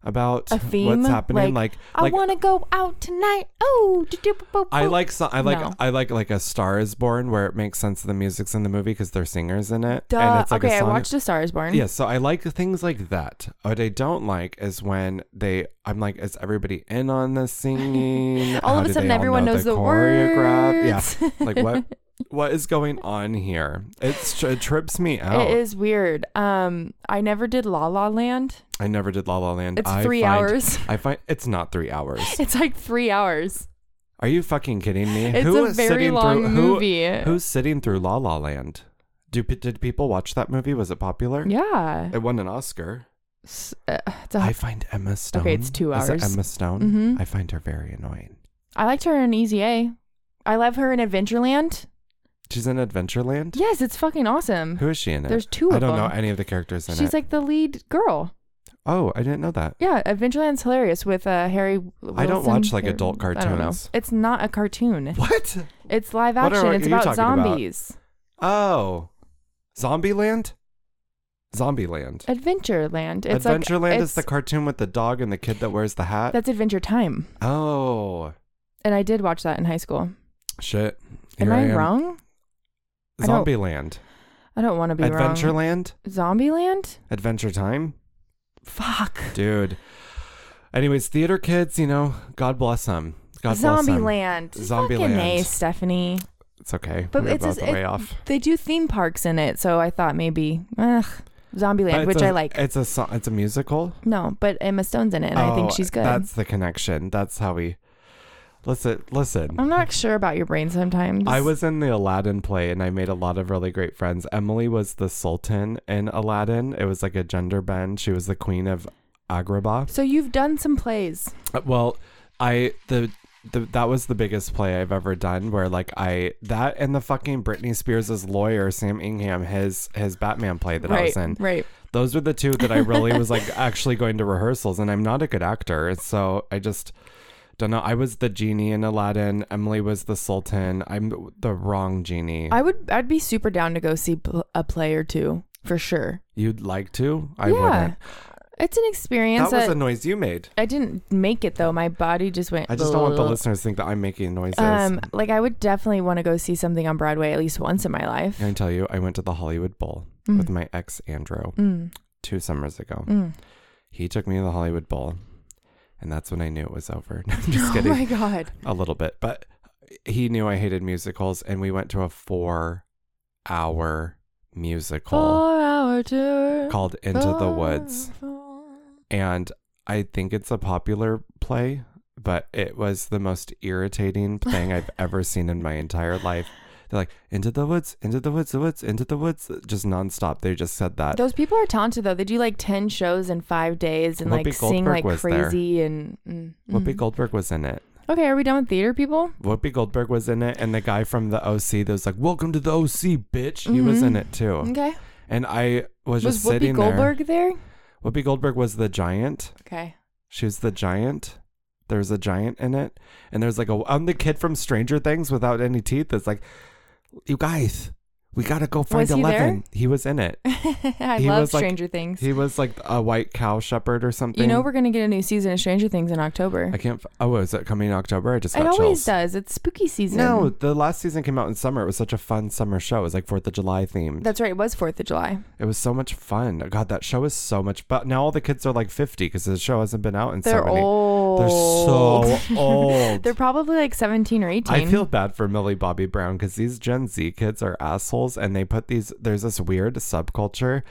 about
A theme.
what's happening. Like,
I
like,
want to go out tonight. Oh, do, do, bo- bo-
I
bo.
like so- I like
No.
I like like a Star is Born where it makes sense that the music's in the movie because they're singers in it.
Duh.
And it's like
okay,
a song.
I watched The Stars Born.
Yeah, so I like things like that. What I don't like is when they, I'm like, is everybody in on the singing?
All
How
of a
do
sudden,
they all
everyone
know
knows the
choreograph?
words.
Yeah, like what, what is going on here? It's, it trips me out.
It is weird. Um, I never did La La Land.
I never did La La Land.
It's
I
three
find-
hours.
I find it's not three hours.
It's like three hours.
Are you fucking kidding me?
It's
Who
a
is
very
sitting
long
through, who-
movie.
who's sitting through La La Land? Do pe- did people watch that movie? Was it popular?
yeah.
It won an Oscar.
S- uh, it's a-
I find Emma Stone.
Okay, it's two
Is it
hours.
Emma Stone?
Mhm.
I find her very annoying.
I liked her in Easy A. I love her in Adventureland.
She's in Adventureland.
Yes, it's fucking awesome.
Who is she in it?
Mm-hmm. There's two
I
of
don't know
them.
any of the characters in
She's
it.
like the lead girl.
oh, I didn't know that.
Yeah, Adventureland's hilarious with uh, Harry. Wilson.
I don't watch, like,
Har-
adult
I don't know.
cartoons.
It's not a cartoon.
What?
It's live
What are-
action.
are
it's
you
about
talking about?
zombies.
Oh, Zombieland. Zombieland.
Adventureland. It's like-
Adventureland
it's-
is the cartoon with the dog and the kid that wears the hat.
That's Adventure Time.
oh
And I did watch that in high school.
shit!
Am
Here
I,
am.
wrong? I don't-
Zombieland.
I don't want to be wrong.
Adventureland.
Zombieland?
Adventure Time.
Fuck.
Dude. Anyways, theater kids, you know, God bless them. God bless them.
Zombieland. Fucking
Zombieland.
A, Stephanie.
It's okay.
But
we
it's
both
just-
are way
it-
off.
They do theme parks in it, so I thought maybe ugh, Zombieland,
But
which
it's a-
I like.
It's a so- it's a musical,
no, but Emma Stone's in it, and I think
Oh,
she's good.
That's the connection. That's how we listen. Listen,
I'm not sure about your brain sometimes.
I was in the Aladdin play, and I made a lot of really great friends. Emily was the Sultan in Aladdin. It was like a gender bend. She was the queen of Agrabah.
So you've done some plays.
Uh, Well, I the. The, that was the biggest play I've ever done. Where like I that and the fucking Britney Spears' lawyer Sam Ingham his his Batman play that I
right.
was in.
Right.
those were the two that I really was like actually going to rehearsals, and I'm not a good actor, so I just Don't know. I was the genie in Aladdin. Emily was the sultan. I'm the wrong genie.
I would I'd be super down to go see pl- a play or two for sure.
You'd like to? I
Yeah.
wouldn't.
It's an experience
That was
that,
a noise you made.
I didn't make it though. My body just went
I just don't want the
"Ugh."
listeners to think that I'm making noises.
Um like I would definitely want to go see something on Broadway at least once in my life.
Can I tell you, I went to the Hollywood Bowl with my ex Andrew
Mm,
two summers ago.
mm.
He took me to the Hollywood Bowl, and that's when I knew it was over. No, I'm just
Oh
kidding.
my god.
a little bit, but he knew I hated musicals, and we went to a four hour musical
Four hour tour.
called Into the Woods. And I think it's a popular play, but it was the most irritating thing I've ever seen in my entire life. They're like, into the woods, into the woods, the woods, into the woods, just nonstop. They just said that.
Those people are talented though. They do like ten shows in five days and
Whoopi
like sing
Goldberg
like
was there.
crazy and. Mm,
Whoopi
mm.
Goldberg was in it.
Okay, are we done with theater people?
Whoopi Goldberg was in it, and the guy from the OC that was like, "Welcome to the OC, bitch." He was in it too.
Okay.
And Oh. I was,
Mm-hmm. Was
just
Whoopi
sitting
Goldberg there?
there. Whoopi Goldberg was the giant.
Okay.
She was the giant. There was a giant in it. And there's like a I'm the kid from Stranger Things without any teeth. It's like, you guys, we gotta go find
Was he there?
Eleven. He, was in it.
I
He
love
was, like-
Stranger Things.
He was like a white cow shepherd or something.
you know we're gonna get a new season of Stranger Things in October.
I can't. f- Oh, is it coming in October? I just
It
got
always
chills.
does. It's spooky season.
No, the last season came out in summer. It was such a fun summer show. It was like Fourth of July themed.
That's right. It was Fourth of July.
It was so much fun. God, that show is so much. But now all the kids are like fifty because the show hasn't been out in so
They're
many.
old.
They're so old.
They're probably like seventeen or eighteen.
I feel bad for Millie Bobby Brown because these Gen Z kids are assholes, and they put these. There's this weird subculture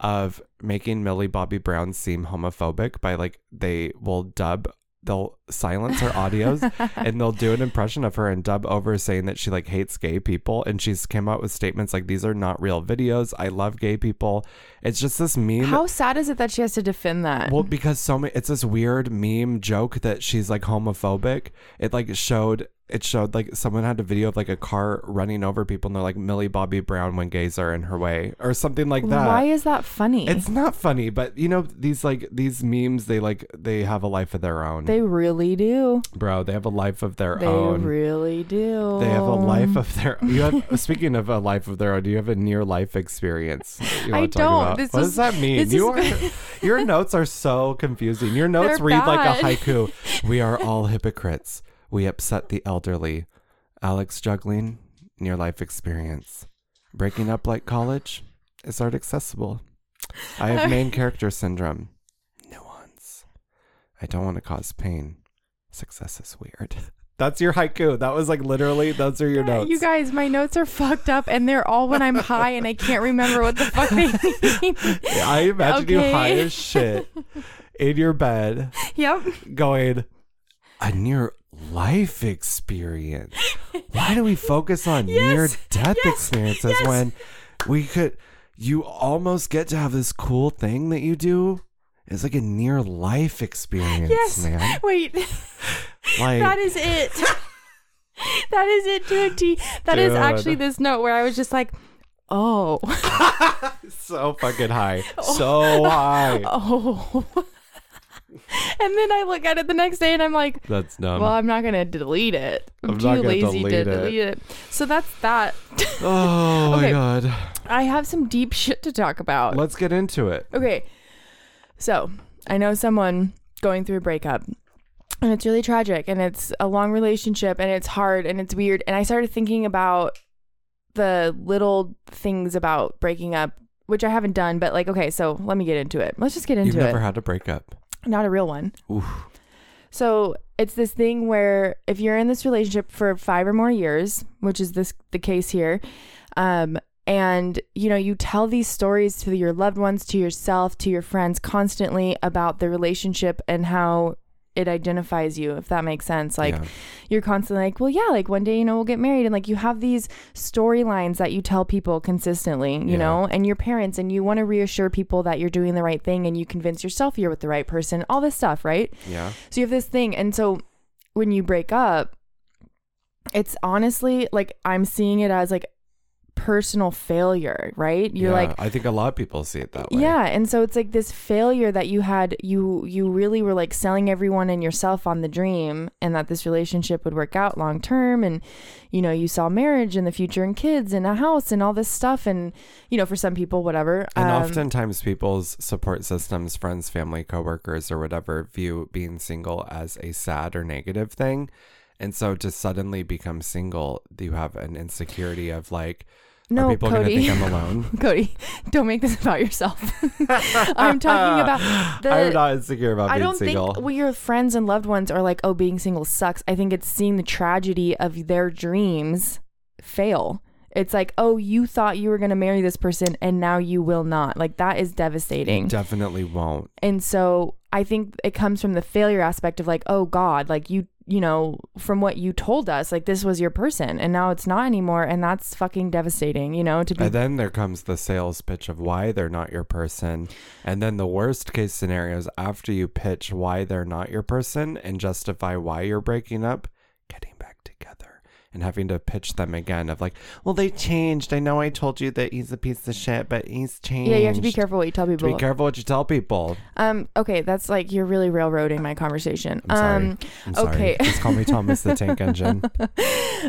of making Millie Bobby Brown seem homophobic by like they will dub. They'll silence her audios and they'll do an impression of her and dub over saying that she like hates gay people. And she's come out with statements like, These are not real videos. I love gay people. It's just this meme.
How sad is it that she has to defend that?
Well, because so many, it's this weird meme joke that she's like homophobic. It like showed, it showed like someone had a video of like a car running over people, and they're like Millie Bobby Brown when gays are in her way, or something like that.
Why is that funny?
It's not funny, but you know these like these memes. They like they have a life of their own,
They really do.
bro. They have a life of their
They
own.
really do.
Oh, they have a life of their. You have speaking of a life of their own. Do you have a near life experience? that You
I
wanna talk
don't.
About?
This
what
is-
does that mean?
this
You are
is-
your notes are so confusing. Your notes
They're
read like a
bad.
haiku. We are all hypocrites. We upset the elderly. Alex juggling, near life experience. Breaking up like college is art accessible. I have main character syndrome. Nuance. I don't want to cause pain. Success is weird. That's your haiku. That was like literally, those are your notes.
You guys, my notes are fucked up, and they're all when I'm high, and I can't remember what the fuck they mean.
I imagine you high
Okay.
as shit in your bed.
yep.
going a near life experience. Why do we focus on near death experiences
yes.
when we could you almost get to have this cool thing that you do? It's like a near life experience,
Yes.
man.
Wait,
Like
that is it. that is it to a T. That is
Dude.
actually this note where I was just like, oh,
so fucking high. So high.
oh. and then I look at it the next day, and I'm like,
That's dumb.
well, I'm not gonna delete it.
I'm
too
not gonna
lazy
delete it.
to delete it. So that's that.
oh
Okay.
my god.
I have some deep shit to talk about.
Let's get into it.
Okay. So I know someone going through a breakup and it's really tragic and it's a long relationship and it's hard and it's weird. And I started thinking about the little things about breaking up, which I haven't done, but like, okay, so let me get into it. Let's just get into
You've never
it.
had a breakup.
Not a real one.
Oof.
So it's this thing where if you're in this relationship for five or more years, which is this the case here, um, and you know you tell these stories to your loved ones, to yourself, to your friends constantly about the relationship and how it identifies you, if that makes sense. Like
Yeah.
you're constantly like, well, yeah, like one day you know we'll get married, and like you have these storylines that you tell people consistently, you
Yeah.
know, and your parents, and you want to reassure people that you're doing the right thing, and you convince yourself you're with the right person, all this stuff, right?
Yeah.
So you have this thing. And so when you break up, it's honestly like I'm seeing it as like personal failure, right? You're
Yeah,
like
I think a lot of people see it that way.
yeah, and so it's like this failure that you had you you really were like selling everyone and yourself on the dream and that this relationship would work out long term and you know, you saw marriage and the future and kids and a house and all this stuff and you know, for some people whatever.
And
um,
oftentimes, people's support systems, friends, family, coworkers, or whatever, view being single as a sad or negative thing. And so, to suddenly become single, you have an insecurity of like,
No,
are people going to
Cody.
think I'm alone?
Cody, don't make this about yourself. I'm talking about the
I'm not insecure about
I
being
don't
single.
think well, your friends and loved ones are like, oh, being single sucks. I think it's seeing the tragedy of their dreams fail. It's like, oh, you thought you were going to marry this person and now you will not. Like, that is devastating.
Definitely won't.
And so I think it comes from the failure aspect of like, oh God, like you, you know, from what you told us, like this was your person and now it's not anymore. And that's fucking devastating, you know, to be
And then there comes the sales pitch of why they're not your person. And then the worst case scenario is after you pitch why they're not your person and justify why you're breaking up, getting back together and having to pitch them again of like, well, they changed. I know I told you that he's a piece of shit, but he's changed.
yeah, you have to be careful what you tell
To be
people.
careful what you tell people.
um, okay, that's like you're really railroading my conversation.
I'm sorry.
Um,
I'm sorry.
okay.
Just call me Thomas the Tank Engine.
Um,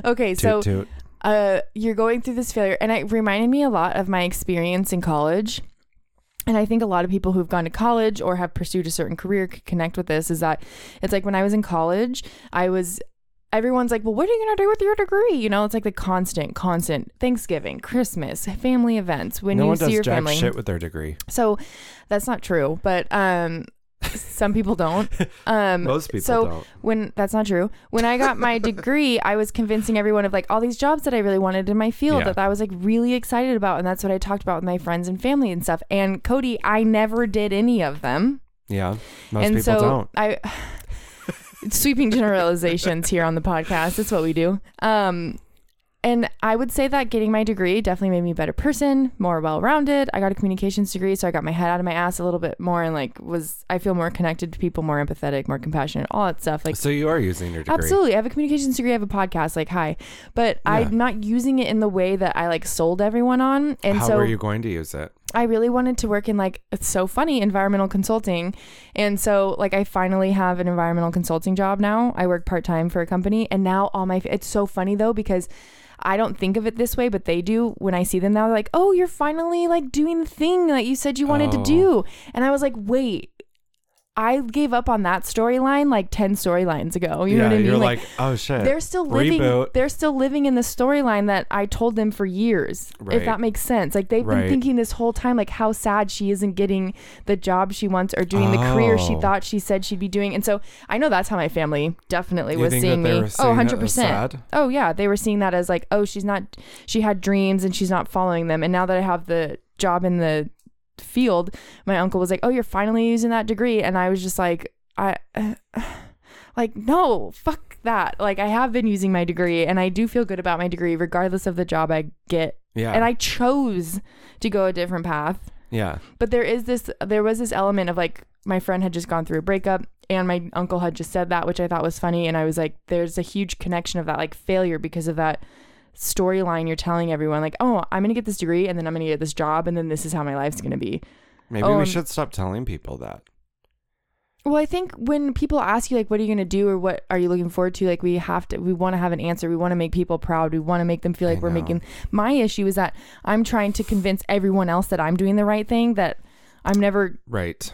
okay, so
Toot toot.
uh, you're going through this failure, and it reminded me a lot of my experience in college. And I think a lot of people who've gone to college or have pursued a certain career could connect with this. Is that it's like when I was in college, I was everyone's like, "Well, what are you gonna do with your degree?" You know, it's like the constant, constant Thanksgiving, Christmas, family events when
no
you
one
see
does
your
jack
family.
shit with their degree.
So that's not true, but um, some people don't. Um,
Most people
so
don't.
when that's not true when i got my degree i was convincing everyone of like all these jobs that i really wanted in my field
Yeah.
that i was like really excited about and that's what i talked about with my friends and family and stuff and cody i never did any of them
Yeah. Most
and
people
so
don't.
i sweeping generalizations here on the podcast it's what we do um and I would say that getting my degree definitely made me a better person, more well-rounded. I got a communications degree, so I got my head out of my ass a little bit more, and like was I feel more connected to people, more empathetic, more compassionate, all that stuff. Like
So you are using your degree.
Absolutely. I have a communications degree. I have a podcast. Like, hi. But I'm not using it in the way that I like sold everyone on. And
How
so
are you going to use it?
I really wanted to work in like, it's so funny, environmental consulting. And so, like, I finally have an environmental consulting job now. I work part time for a company. And now all my, it's so funny though, because I don't think of it this way, but they do. When I see them now, they're like, oh, you're finally like doing the thing that you said you wanted to
Oh.
do. And I was like, wait. I gave up on that storyline like 10 storylines ago. You know what I mean?
you're like, oh shit.
they're still living
Reboot.
they're still living in the storyline that I told them for years.
Right.
If that makes sense. Like they've
Right.
been thinking this whole time like how sad she isn't getting the job she wants or doing the career she
Oh.
thought she said she'd be doing. And so I know that's how my family definitely
You
was
think that
seeing
they
me.
were
oh,
seeing it as
100%.
sad?
Oh yeah, they were seeing that as like, oh, she's not she had dreams and she's not following them. And now that I have the job in the field, my uncle was like, "Oh, you're finally using that degree." And I was just like, I like no fuck that like i have been using my degree and i do feel good about my degree regardless of the job i get
yeah.
and i chose to go a different path
yeah.
but there is this there was this element of like my friend had just gone through a breakup and my uncle had just said that which i thought was funny and i was like there's a huge connection of that like failure because of that storyline you're telling everyone like oh i'm gonna get this degree and then i'm gonna get this job and then this is how my life's gonna be
Maybe
Oh,
we
and-
should stop telling people that.
Well, I think when people ask you like what are you going to do or what are you looking forward to, like we have to we want to have an answer. We want to make people proud. We want to make them feel
I
like we're
know.
making My issue is that I'm trying to convince everyone else that I'm doing the right thing that I'm never
Right.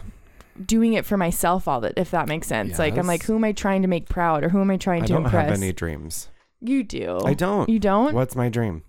doing it for myself all that if that makes sense. Like I'm like
Yes.
who am I trying to make proud or who am I trying
I
to
don't
impress?
have any dreams.
you do.
I don't.
You don't?
What's my dream?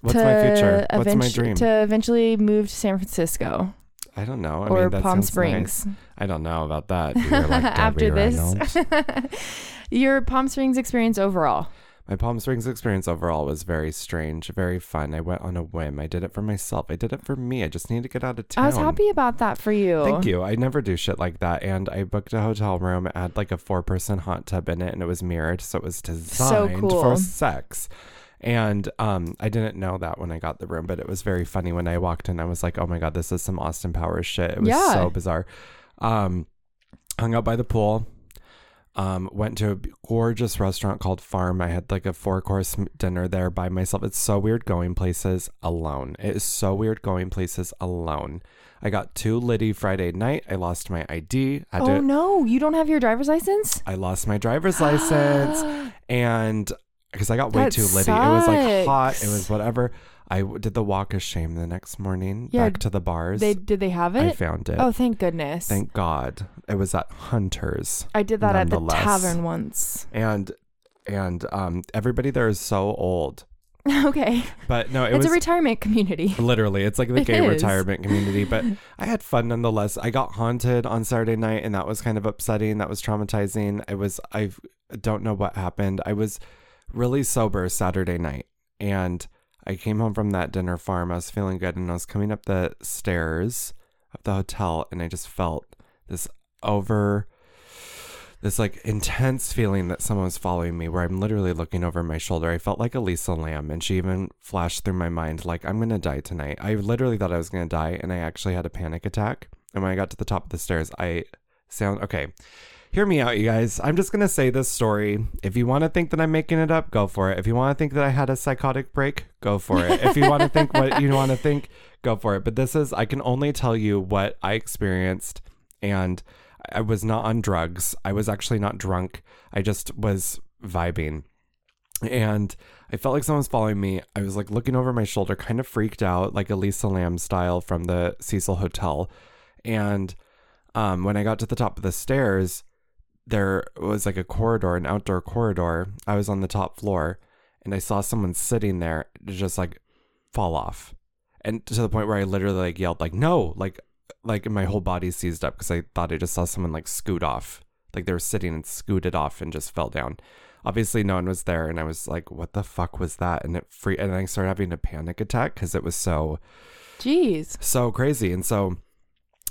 What's my future? What's my
eventu-
dream?
To eventually move to San Francisco
I don't know. I
or
mean, that
Palm
sounds nice.
Springs.
I don't know about that. You're like,
After
Debbie
this,
Reynolds.
your Palm Springs experience overall.
My Palm Springs experience overall was very strange, very fun. I went on a whim. I did it for myself. I did it for me. I just needed to get out of town.
I was happy about that for you.
Thank you. I never do shit like that. And I booked a hotel room. It had like a four person hot tub in it and it was mirrored. So it was designed for
cool.
sex. And um, I didn't know that when I got the room, but it was very funny when I walked in. I was like, oh my God, this is some Austin Powers shit. It was
Yeah.
so bizarre. Um, hung out by the pool. Um, went to a gorgeous restaurant called Farm. I had like a four course dinner there by myself. It's so weird going places alone. It is so weird going places alone. I got too litty Friday night. I lost my ID. Had
Oh
to,
no, you don't have your driver's license?
I lost my driver's license and because I got way
That
too litty. It was like hot. It
sucks.
was whatever. I w- did the walk of shame the next morning
Yeah,
back to the bars.
They did they have
I
it?
found it.
Oh, thank goodness.
Thank God. It was at Hunter's.
I did that at the
nonetheless.
tavern once.
And and um everybody there is so old.
okay.
But no, it
it's
was
a retirement community.
literally it's like the
It
gay
is.
retirement community, but I had fun nonetheless. I got haunted on Saturday night and that was kind of upsetting. That was traumatizing. I was I don't know what happened. I was really sober Saturday night and I came home from that dinner farm. I was feeling good and I was coming up the stairs of the hotel and I just felt this over this like intense feeling that someone was following me where I'm literally looking over my shoulder. I felt like Elisa Lamb and she even flashed through my mind like I'm going to die tonight. I literally thought I was going to die and I actually had a panic attack. And when I got to the top of the stairs, I sound okay. Hear me out, you guys. I'm just going to say this story. If you want to think that I'm making it up, go for it. If you want to think that I had a psychotic break, go for it. If you want to think what you want to think, go for it. But this is, I can only tell you what I experienced. And I was not on drugs. I was actually not drunk. I just was vibing. And I felt like someone was following me. I was like looking over my shoulder, kind of freaked out, like Elisa Lamb style from the Cecil Hotel. And um, when I got to the top of the stairs, there was like a corridor, an outdoor corridor. I was on the top floor and I saw someone sitting there to just like fall off. And to the point where I literally like yelled like no, like like my whole body seized up because I thought I just saw someone like scoot off. Like they were sitting and scooted off and just fell down. Obviously no one was there and I was like, what the fuck was that? And it free and I started having a panic attack because it was so
Jeez.
so crazy. And so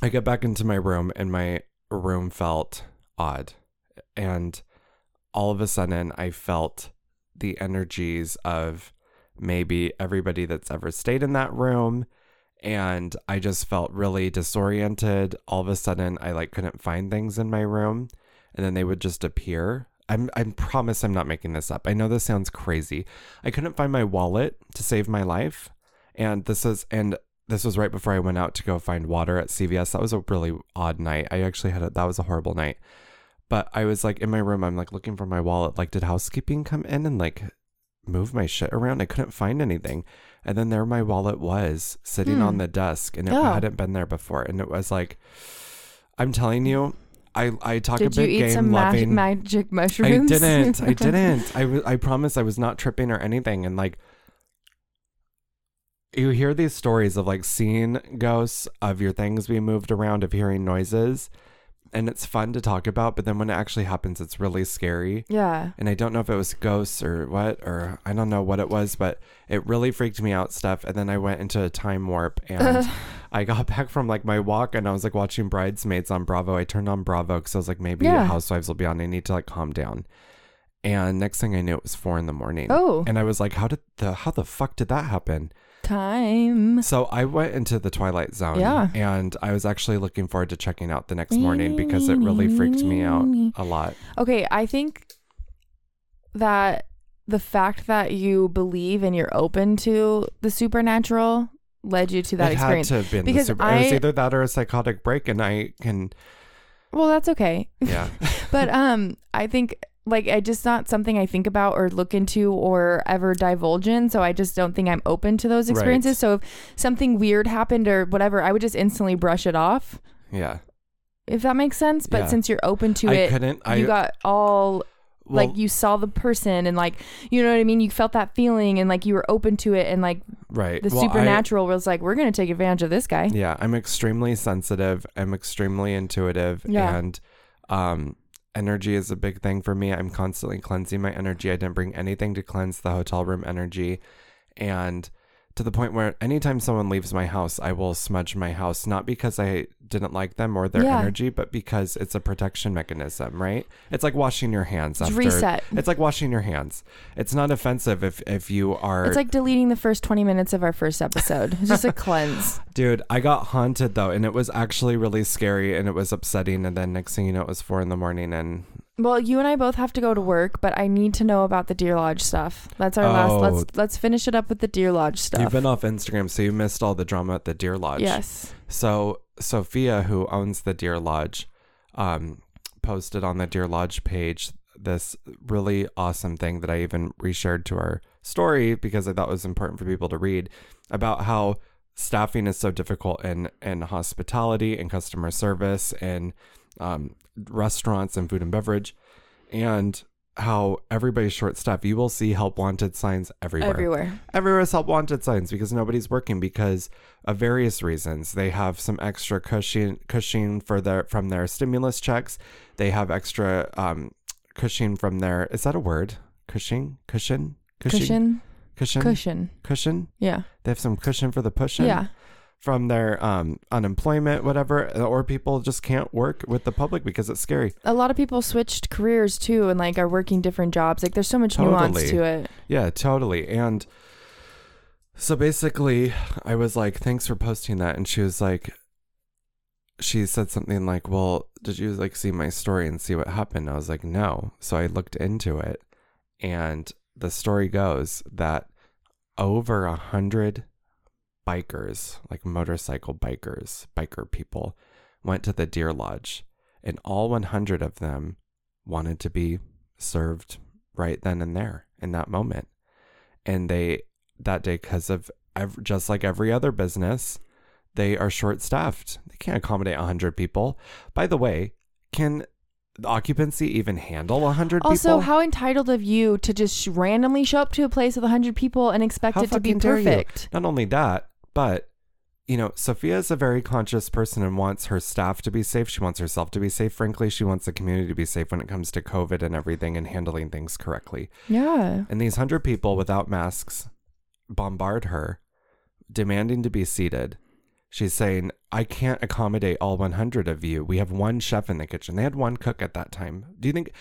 I get back into my room and my room felt odd. And all of a sudden I felt the energies of maybe everybody that's ever stayed in that room. And I just felt really disoriented. All of a sudden I like couldn't find things in my room and then they would just appear. I'm I promise I'm not making this up. I know this sounds crazy. I couldn't find my wallet to save my life. And this is and this was right before I went out to go find water at CVS. That was a really odd night. I actually had a, that was a horrible night. But I was like in my room, I'm like looking for my wallet. Like, did housekeeping come in and like move my shit around? I couldn't find anything. And then there my wallet was sitting
Hmm.
on the desk and it
Oh.
hadn't been there before. And it was like, I'm telling you, I, I talk
Did
a
you
big
eat
game
some ma-
loving.
magic
I
mushrooms?
didn't. I didn't. I, w- I promise I was not tripping or anything. And like, you hear these stories of like seeing ghosts, of your things being moved around, of hearing noises. And it's fun to talk about. But then when it actually happens, it's really scary.
yeah.
And I don't know if it was ghosts or what, or I don't know what it was, but it really freaked me out stuff. And then I went into a time warp and I got back from like my walk and I was like watching Bridesmaids on Bravo. I turned on Bravo because I was like, maybe
Yeah.
Housewives will be on. I need to like calm down. And next thing I knew, it was four in the morning.
Oh.
And I was like, how did the, how the fuck did that happen?
Time.
So I went into the Twilight Zone.
Yeah.
And I was actually looking forward to checking out the next morning because it really freaked me out a lot.
Okay, I think that the fact that you believe and you're open to the supernatural led you to that
it
experience.
had to have been
Because
the super, it was
I-
either that or a psychotic break, and I can
Well, that's okay.
yeah.
But um I think like I just not something I think about or look into or ever divulge in, so I just don't think I'm open to those
Right.
experiences. So if something weird happened or whatever, I would just instantly brush it off.
yeah.
If that makes sense, but
Yeah.
since you're open to
I
it,
couldn't. I
you got all
well,
like you saw the person and like you know what I mean. You felt that feeling and like you were open to it and like
right.
the
Well, I-
supernatural was like we're gonna take advantage of this guy.
yeah, I'm extremely sensitive. I'm extremely intuitive,
Yeah.
and um, energy is a big thing for me. I'm constantly cleansing my energy. I didn't bring anything to cleanse the hotel room energy, and to the point where anytime someone leaves my house, I will smudge my house, not because I didn't like them or their
Yeah.
energy, but because it's a protection mechanism, right? It's like washing your hands
It's
after
reset.
It's like washing your hands. It's not offensive if if you are
It's like deleting the first twenty minutes of our first episode. It's just a cleanse.
Dude, I got haunted though, and it was actually really scary and it was upsetting. And then next thing you know, it was four in the morning, and
Well, you and I both have to go to work, but I need to know about the Deer Lodge stuff. That's our last.
Oh.
Let's let's finish it up with the Deer Lodge stuff.
You've been off Instagram, so you missed all the drama at the Deer Lodge.
yes.
So Sophia, who owns the Deer Lodge, um, posted on the Deer Lodge page this really awesome thing that I even reshared to our story because I thought was important for people to read about how staffing is so difficult in in hospitality and customer service and um, restaurants and food and beverage, and how everybody's short staffed. You will see help wanted signs everywhere
Everywhere.
everywhere has help wanted signs because nobody's working because of various reasons. They have some extra cushion cushion for their from their stimulus checks. They have extra um cushion from their is that a word? Cushing? Cushion?
Cushion.
Cushion? Cushion?
Cushion.
Cushion?
Yeah.
They have some cushion for the pushing.
Yeah.
From their um unemployment, whatever, or people just can't work with the public because it's scary.
A lot of people switched careers too, and like are working different jobs. Like there's so much nuance
Totally.
to it.
Yeah, totally. And so basically, I was like, thanks for posting that. And she was like, she said something like, well, did you like see my story and see what happened? I was like, no. So I looked into it. And the story goes that over a hundred bikers, like motorcycle bikers, biker people, went to the Deer Lodge. And all 100 of them wanted to be served right then and there in that moment. And they, that day, because of ev- just like every other business, they are short staffed. They can't accommodate 100 people. By the way, can the occupancy even handle 100
Also,
people?
how entitled of you to just sh- randomly show up to a place with 100 people and expect
How
it to be
fucking dare you.
perfect?
Not only that, but you know, Sophia is a very conscious person and wants her staff to be safe. She wants herself to be safe. Frankly, she wants the community to be safe when it comes to COVID and everything and handling things correctly.
Yeah.
And these hundred people without masks bombard her, demanding to be seated. She's saying, I can't accommodate all 100 of you. We have one chef in the kitchen. They had one cook at that time. Do you think,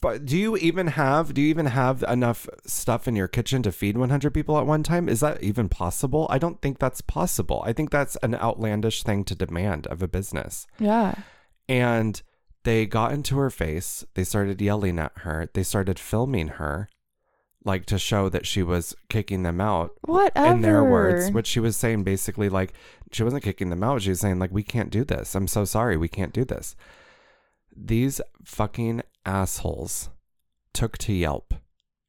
but do you even have, do you even have enough stuff in your kitchen to feed 100 people at one time? Is that even possible? I don't think that's possible. I think that's an outlandish thing to demand of a business
Yeah.
and they got into her face. They started yelling at her. They started filming her, like to show that she was kicking them out.
Whatever.
In their words, which she was saying basically like she wasn't kicking them out. She was saying like we can't do this. I'm so sorry. We can't do this. These fucking assholes took to Yelp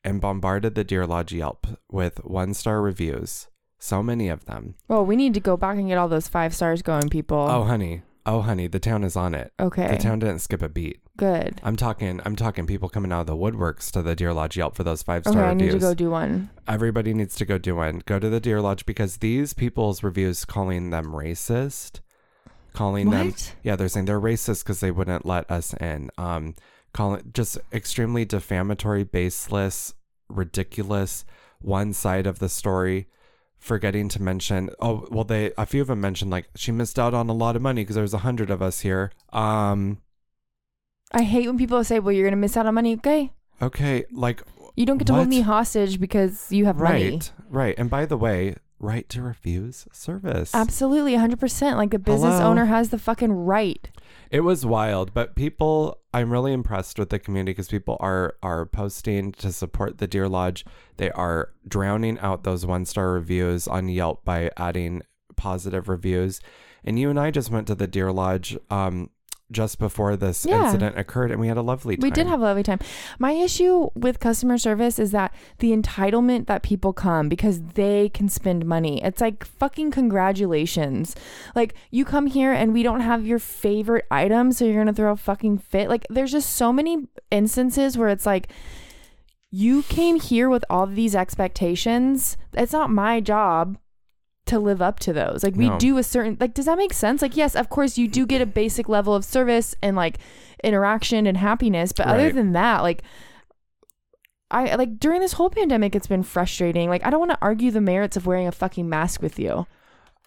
and bombarded the Dear Lodge Yelp with one star reviews. So many of them.
well, we need to go back and get all those five stars going, people.
Oh honey, oh honey, the town is on it.
okay.
The town didn't skip a beat.
Good.
I'm talking I'm talking people coming out of the woodworks to the Deer Lodge Yelp for those five
Okay,
star
I need
reviews.
to go do one.
Everybody needs to go do one. Go to the Deer Lodge because these people's reviews calling them racist, calling them
What?
yeah, they're saying they're racist because they wouldn't let us in. Um, calling just extremely defamatory, baseless, ridiculous. One side of the story, forgetting to mention. Oh well, they a few of them mentioned like she missed out on a lot of money because there was a hundred of us here. Um,
I hate when people say, "Well, you're gonna miss out on money." Okay,
okay, like
you don't get to hold
What?
me hostage because you have
right,
money.
right. And by the way, right to refuse service.
Absolutely, 100. percent Like the business
Hello?
owner has the fucking right.
it was wild, but people, I'm really impressed with the community because people are are posting to support the Deer Lodge. They are drowning out those one star reviews on Yelp by adding positive reviews. And you and I just went to the Deer Lodge um, just before this
Yeah.
incident occurred, and we had a lovely time.
We did have a lovely time. My issue with customer service is that the entitlement that people come because they can spend money. It's like fucking congratulations. Like you come here and we don't have your favorite item, so you're gonna throw a fucking fit. Like there's just so many instances where it's like you came here with all of these expectations. It's not my job to live up to those. Like we
No.
do a certain like does that make sense? Like yes, of course you do get a basic level of service and like interaction and happiness, but other
Right.
than that, like I like during this whole pandemic it's been frustrating. Like I don't want to argue the merits of wearing a fucking mask with you.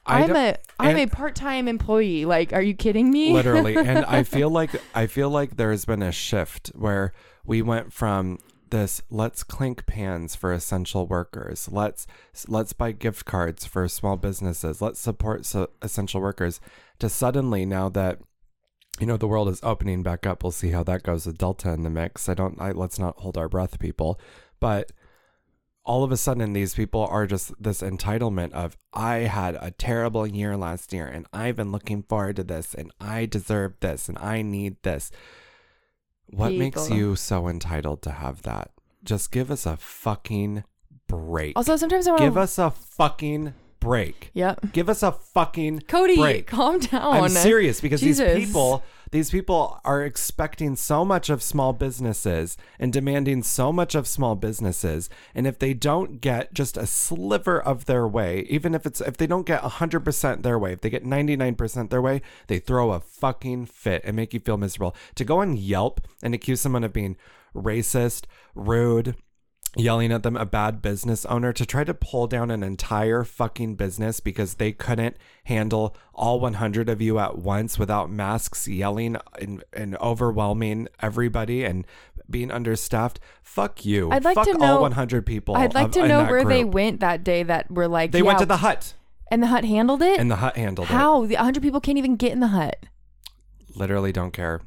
I
I'm
don't-
a I'm a
and-
part-time employee. Like are you kidding me?
literally and i feel like i feel like there has been a shift where we went from this let's clink pans for essential workers let's let's buy gift cards for small businesses let's support so essential workers to suddenly now that you know the world is opening back up we'll see how that goes with delta in the mix i don't I, let's not hold our breath people but all of a sudden these people are just this entitlement of i had a terrible year last year and i've been looking forward to this and i deserve this and i need this what makes
People.
you so entitled to have that just give us a fucking break
Also, sometimes I want
give us a fucking break
Yep.
give us a fucking
Cody,
break
calm down.
I'm serious because
Oh, Jesus.
these people these people are expecting so much of small businesses and demanding so much of small businesses and if they don't get just a sliver of their way even if it's if they don't get 100% their way if they get 99% their way they throw a fucking fit and make you feel miserable to go on Yelp and accuse someone of being racist rude yelling at them a bad business owner to try to pull down an entire fucking business because they couldn't handle all 100 of you at once without masks yelling and, and overwhelming everybody and being understaffed fuck you
I'd like
fuck
to know-
all 100 people
I'd like
of-
to
in
know
that
where they
group.
went that day that were like
they went
yeah,
to the hut
and the hut handled it.
and the hut handled
How the 100 people can't even get in the hut.
it literally don't care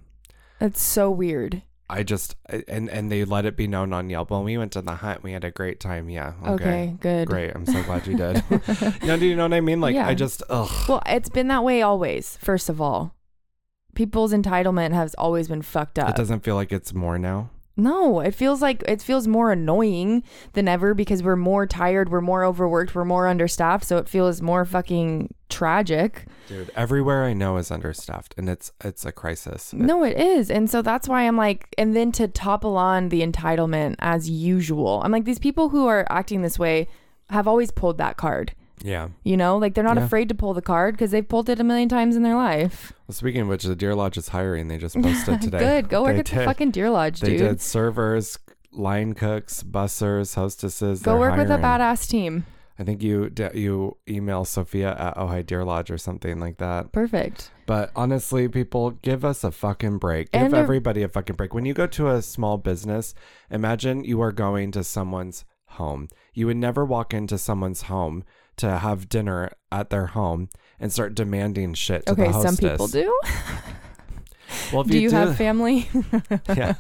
That's so weird.
I just and and they let it be known on Yelp. When we went to the hut, we had a great time. Yeah.
Okay, good.
Great. I'm so glad you did. no, do you know what I mean? Like
Yeah.
I just ugh.
Well, it's been that way always. First of all, people's entitlement has always been fucked up.
It doesn't feel like it's more now.
No, it feels like it feels more annoying than ever because we're more tired, we're more overworked, we're more understaffed, so it feels more fucking tragic.
Dude, everywhere I know is understaffed and it's it's a crisis.
No, it is. And so that's why I'm like and then to topple on the entitlement as usual. I'm like these people who are acting this way have always pulled that card.
Yeah.
You know, like they're not
Yeah.
afraid to pull the card because they've pulled it a million times in their life.
Well, speaking of which, the Deer Lodge is hiring. They just posted today.
Good, go work
They
at the
did.
fucking deer lodge,
They
dude.
did servers, line cooks, bussers, hostesses.
Go
They're
work with a
hiring.
badass team.
I think you d- you email Sophia at Oh Hi Deer Lodge or something like that.
Perfect.
But honestly, people, give us a fucking break. Give
And a-
everybody a fucking break. When you go to a small business, imagine you are going to someone's home. You would never walk into someone's home to have dinner at their home and start demanding shit to
Okay,
the
some
hostess.
people do.
Well, if
do you
do,
have family?
Yeah.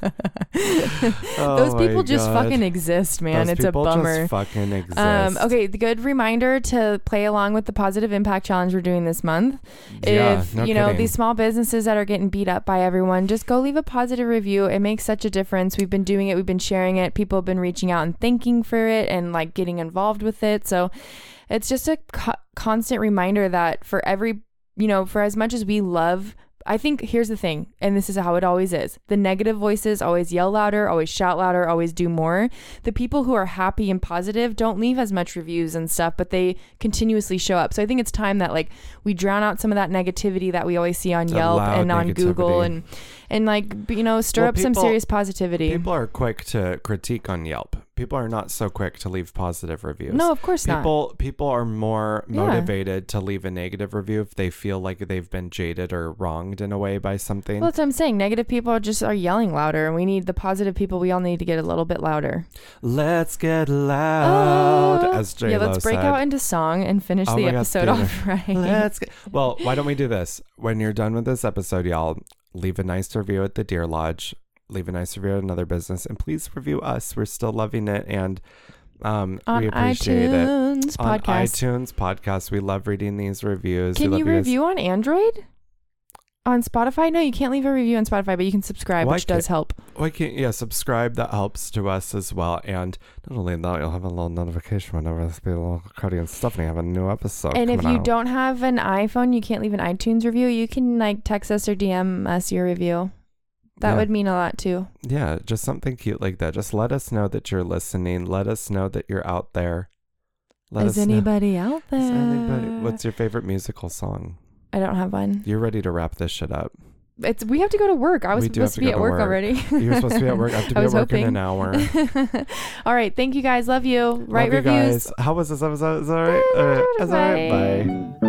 Oh
Those
my
people just
God.
fucking exist, man.
Those
it's a
people
bummer.
Just fucking exist.
Um, okay, the good reminder to play along with the positive impact challenge we're doing this month.
Yeah,
if
no
you know
kidding.
these small businesses that are getting beat up by everyone, just go leave a positive review. It makes such a difference. We've been doing it, we've been sharing it. People have been reaching out and thanking for it and like getting involved with it. So it's just a co- constant reminder that for every you know, for as much as we love, I think here's the thing, and this is how it always is the negative voices always yell louder, always shout louder, always do more. The people who are happy and positive don't leave as much reviews and stuff, but they continuously show up. So I think it's time that like we drown out some of that negativity that we always see on
The
Yelp
loud
and on Google
negativity.
and and like b- you know stir
Well,
up some
people-
serious positivity.
People are quick to critique on Yelp. People are not so quick to leave positive reviews.
no, of course not.
people people are more
Yeah.
motivated to leave a negative review if they feel like they've been jaded or wronged in a way by something.
Well, that's what I'm saying. Negative people are just are yelling louder, and we need the positive people. We all need to get a little bit louder.
Let's get loud,
Oh.
as J
yeah, let's break
said.
out into song and finish
Oh
the
my God,
episode
Taylor.
off right.
Let's get. Well, why don't we do this? When you're done with this episode, y'all leave a nice review at the Deer Lodge. Leave a nice review at another business, and please review us. We're still loving it, and um,
on
we appreciate it.
iTunes
On
podcast.
iTunes podcast, we love reading these reviews. We
Can
love
you
guys-
review on Android? On Spotify? No, you can't leave a review on Spotify, but you can subscribe,
Why
which does help.
Why can't yeah subscribe? That helps to us as well. And not only that, you'll have a little notification whenever the little Cody and Stephanie have a new episode.
and if
coming
you
Oh, out.
don't have an iPhone, you can't leave an iTunes review. You can like text us or DM us your review. That
Yeah.
would mean a lot too.
yeah, just something cute like that. Just let us know that you're listening. Let us know that you're out there. Let
Is
us
anybody out
know.
there?
Is anybody? What's your favorite musical song?
I don't have one.
You're ready to wrap this shit up.
It's we have to go to work. I was
We do
supposed to
have to
be
go
at
to
work,
work.
already.
You were supposed to be at work. I have to be
I
at
was
work in
hoping.
an hour.
All right. Thank you guys. Love you. Write
Love you
reviews.
guys. How was this episode? Is that all right? All right. Is that all right? Bye.
Bye.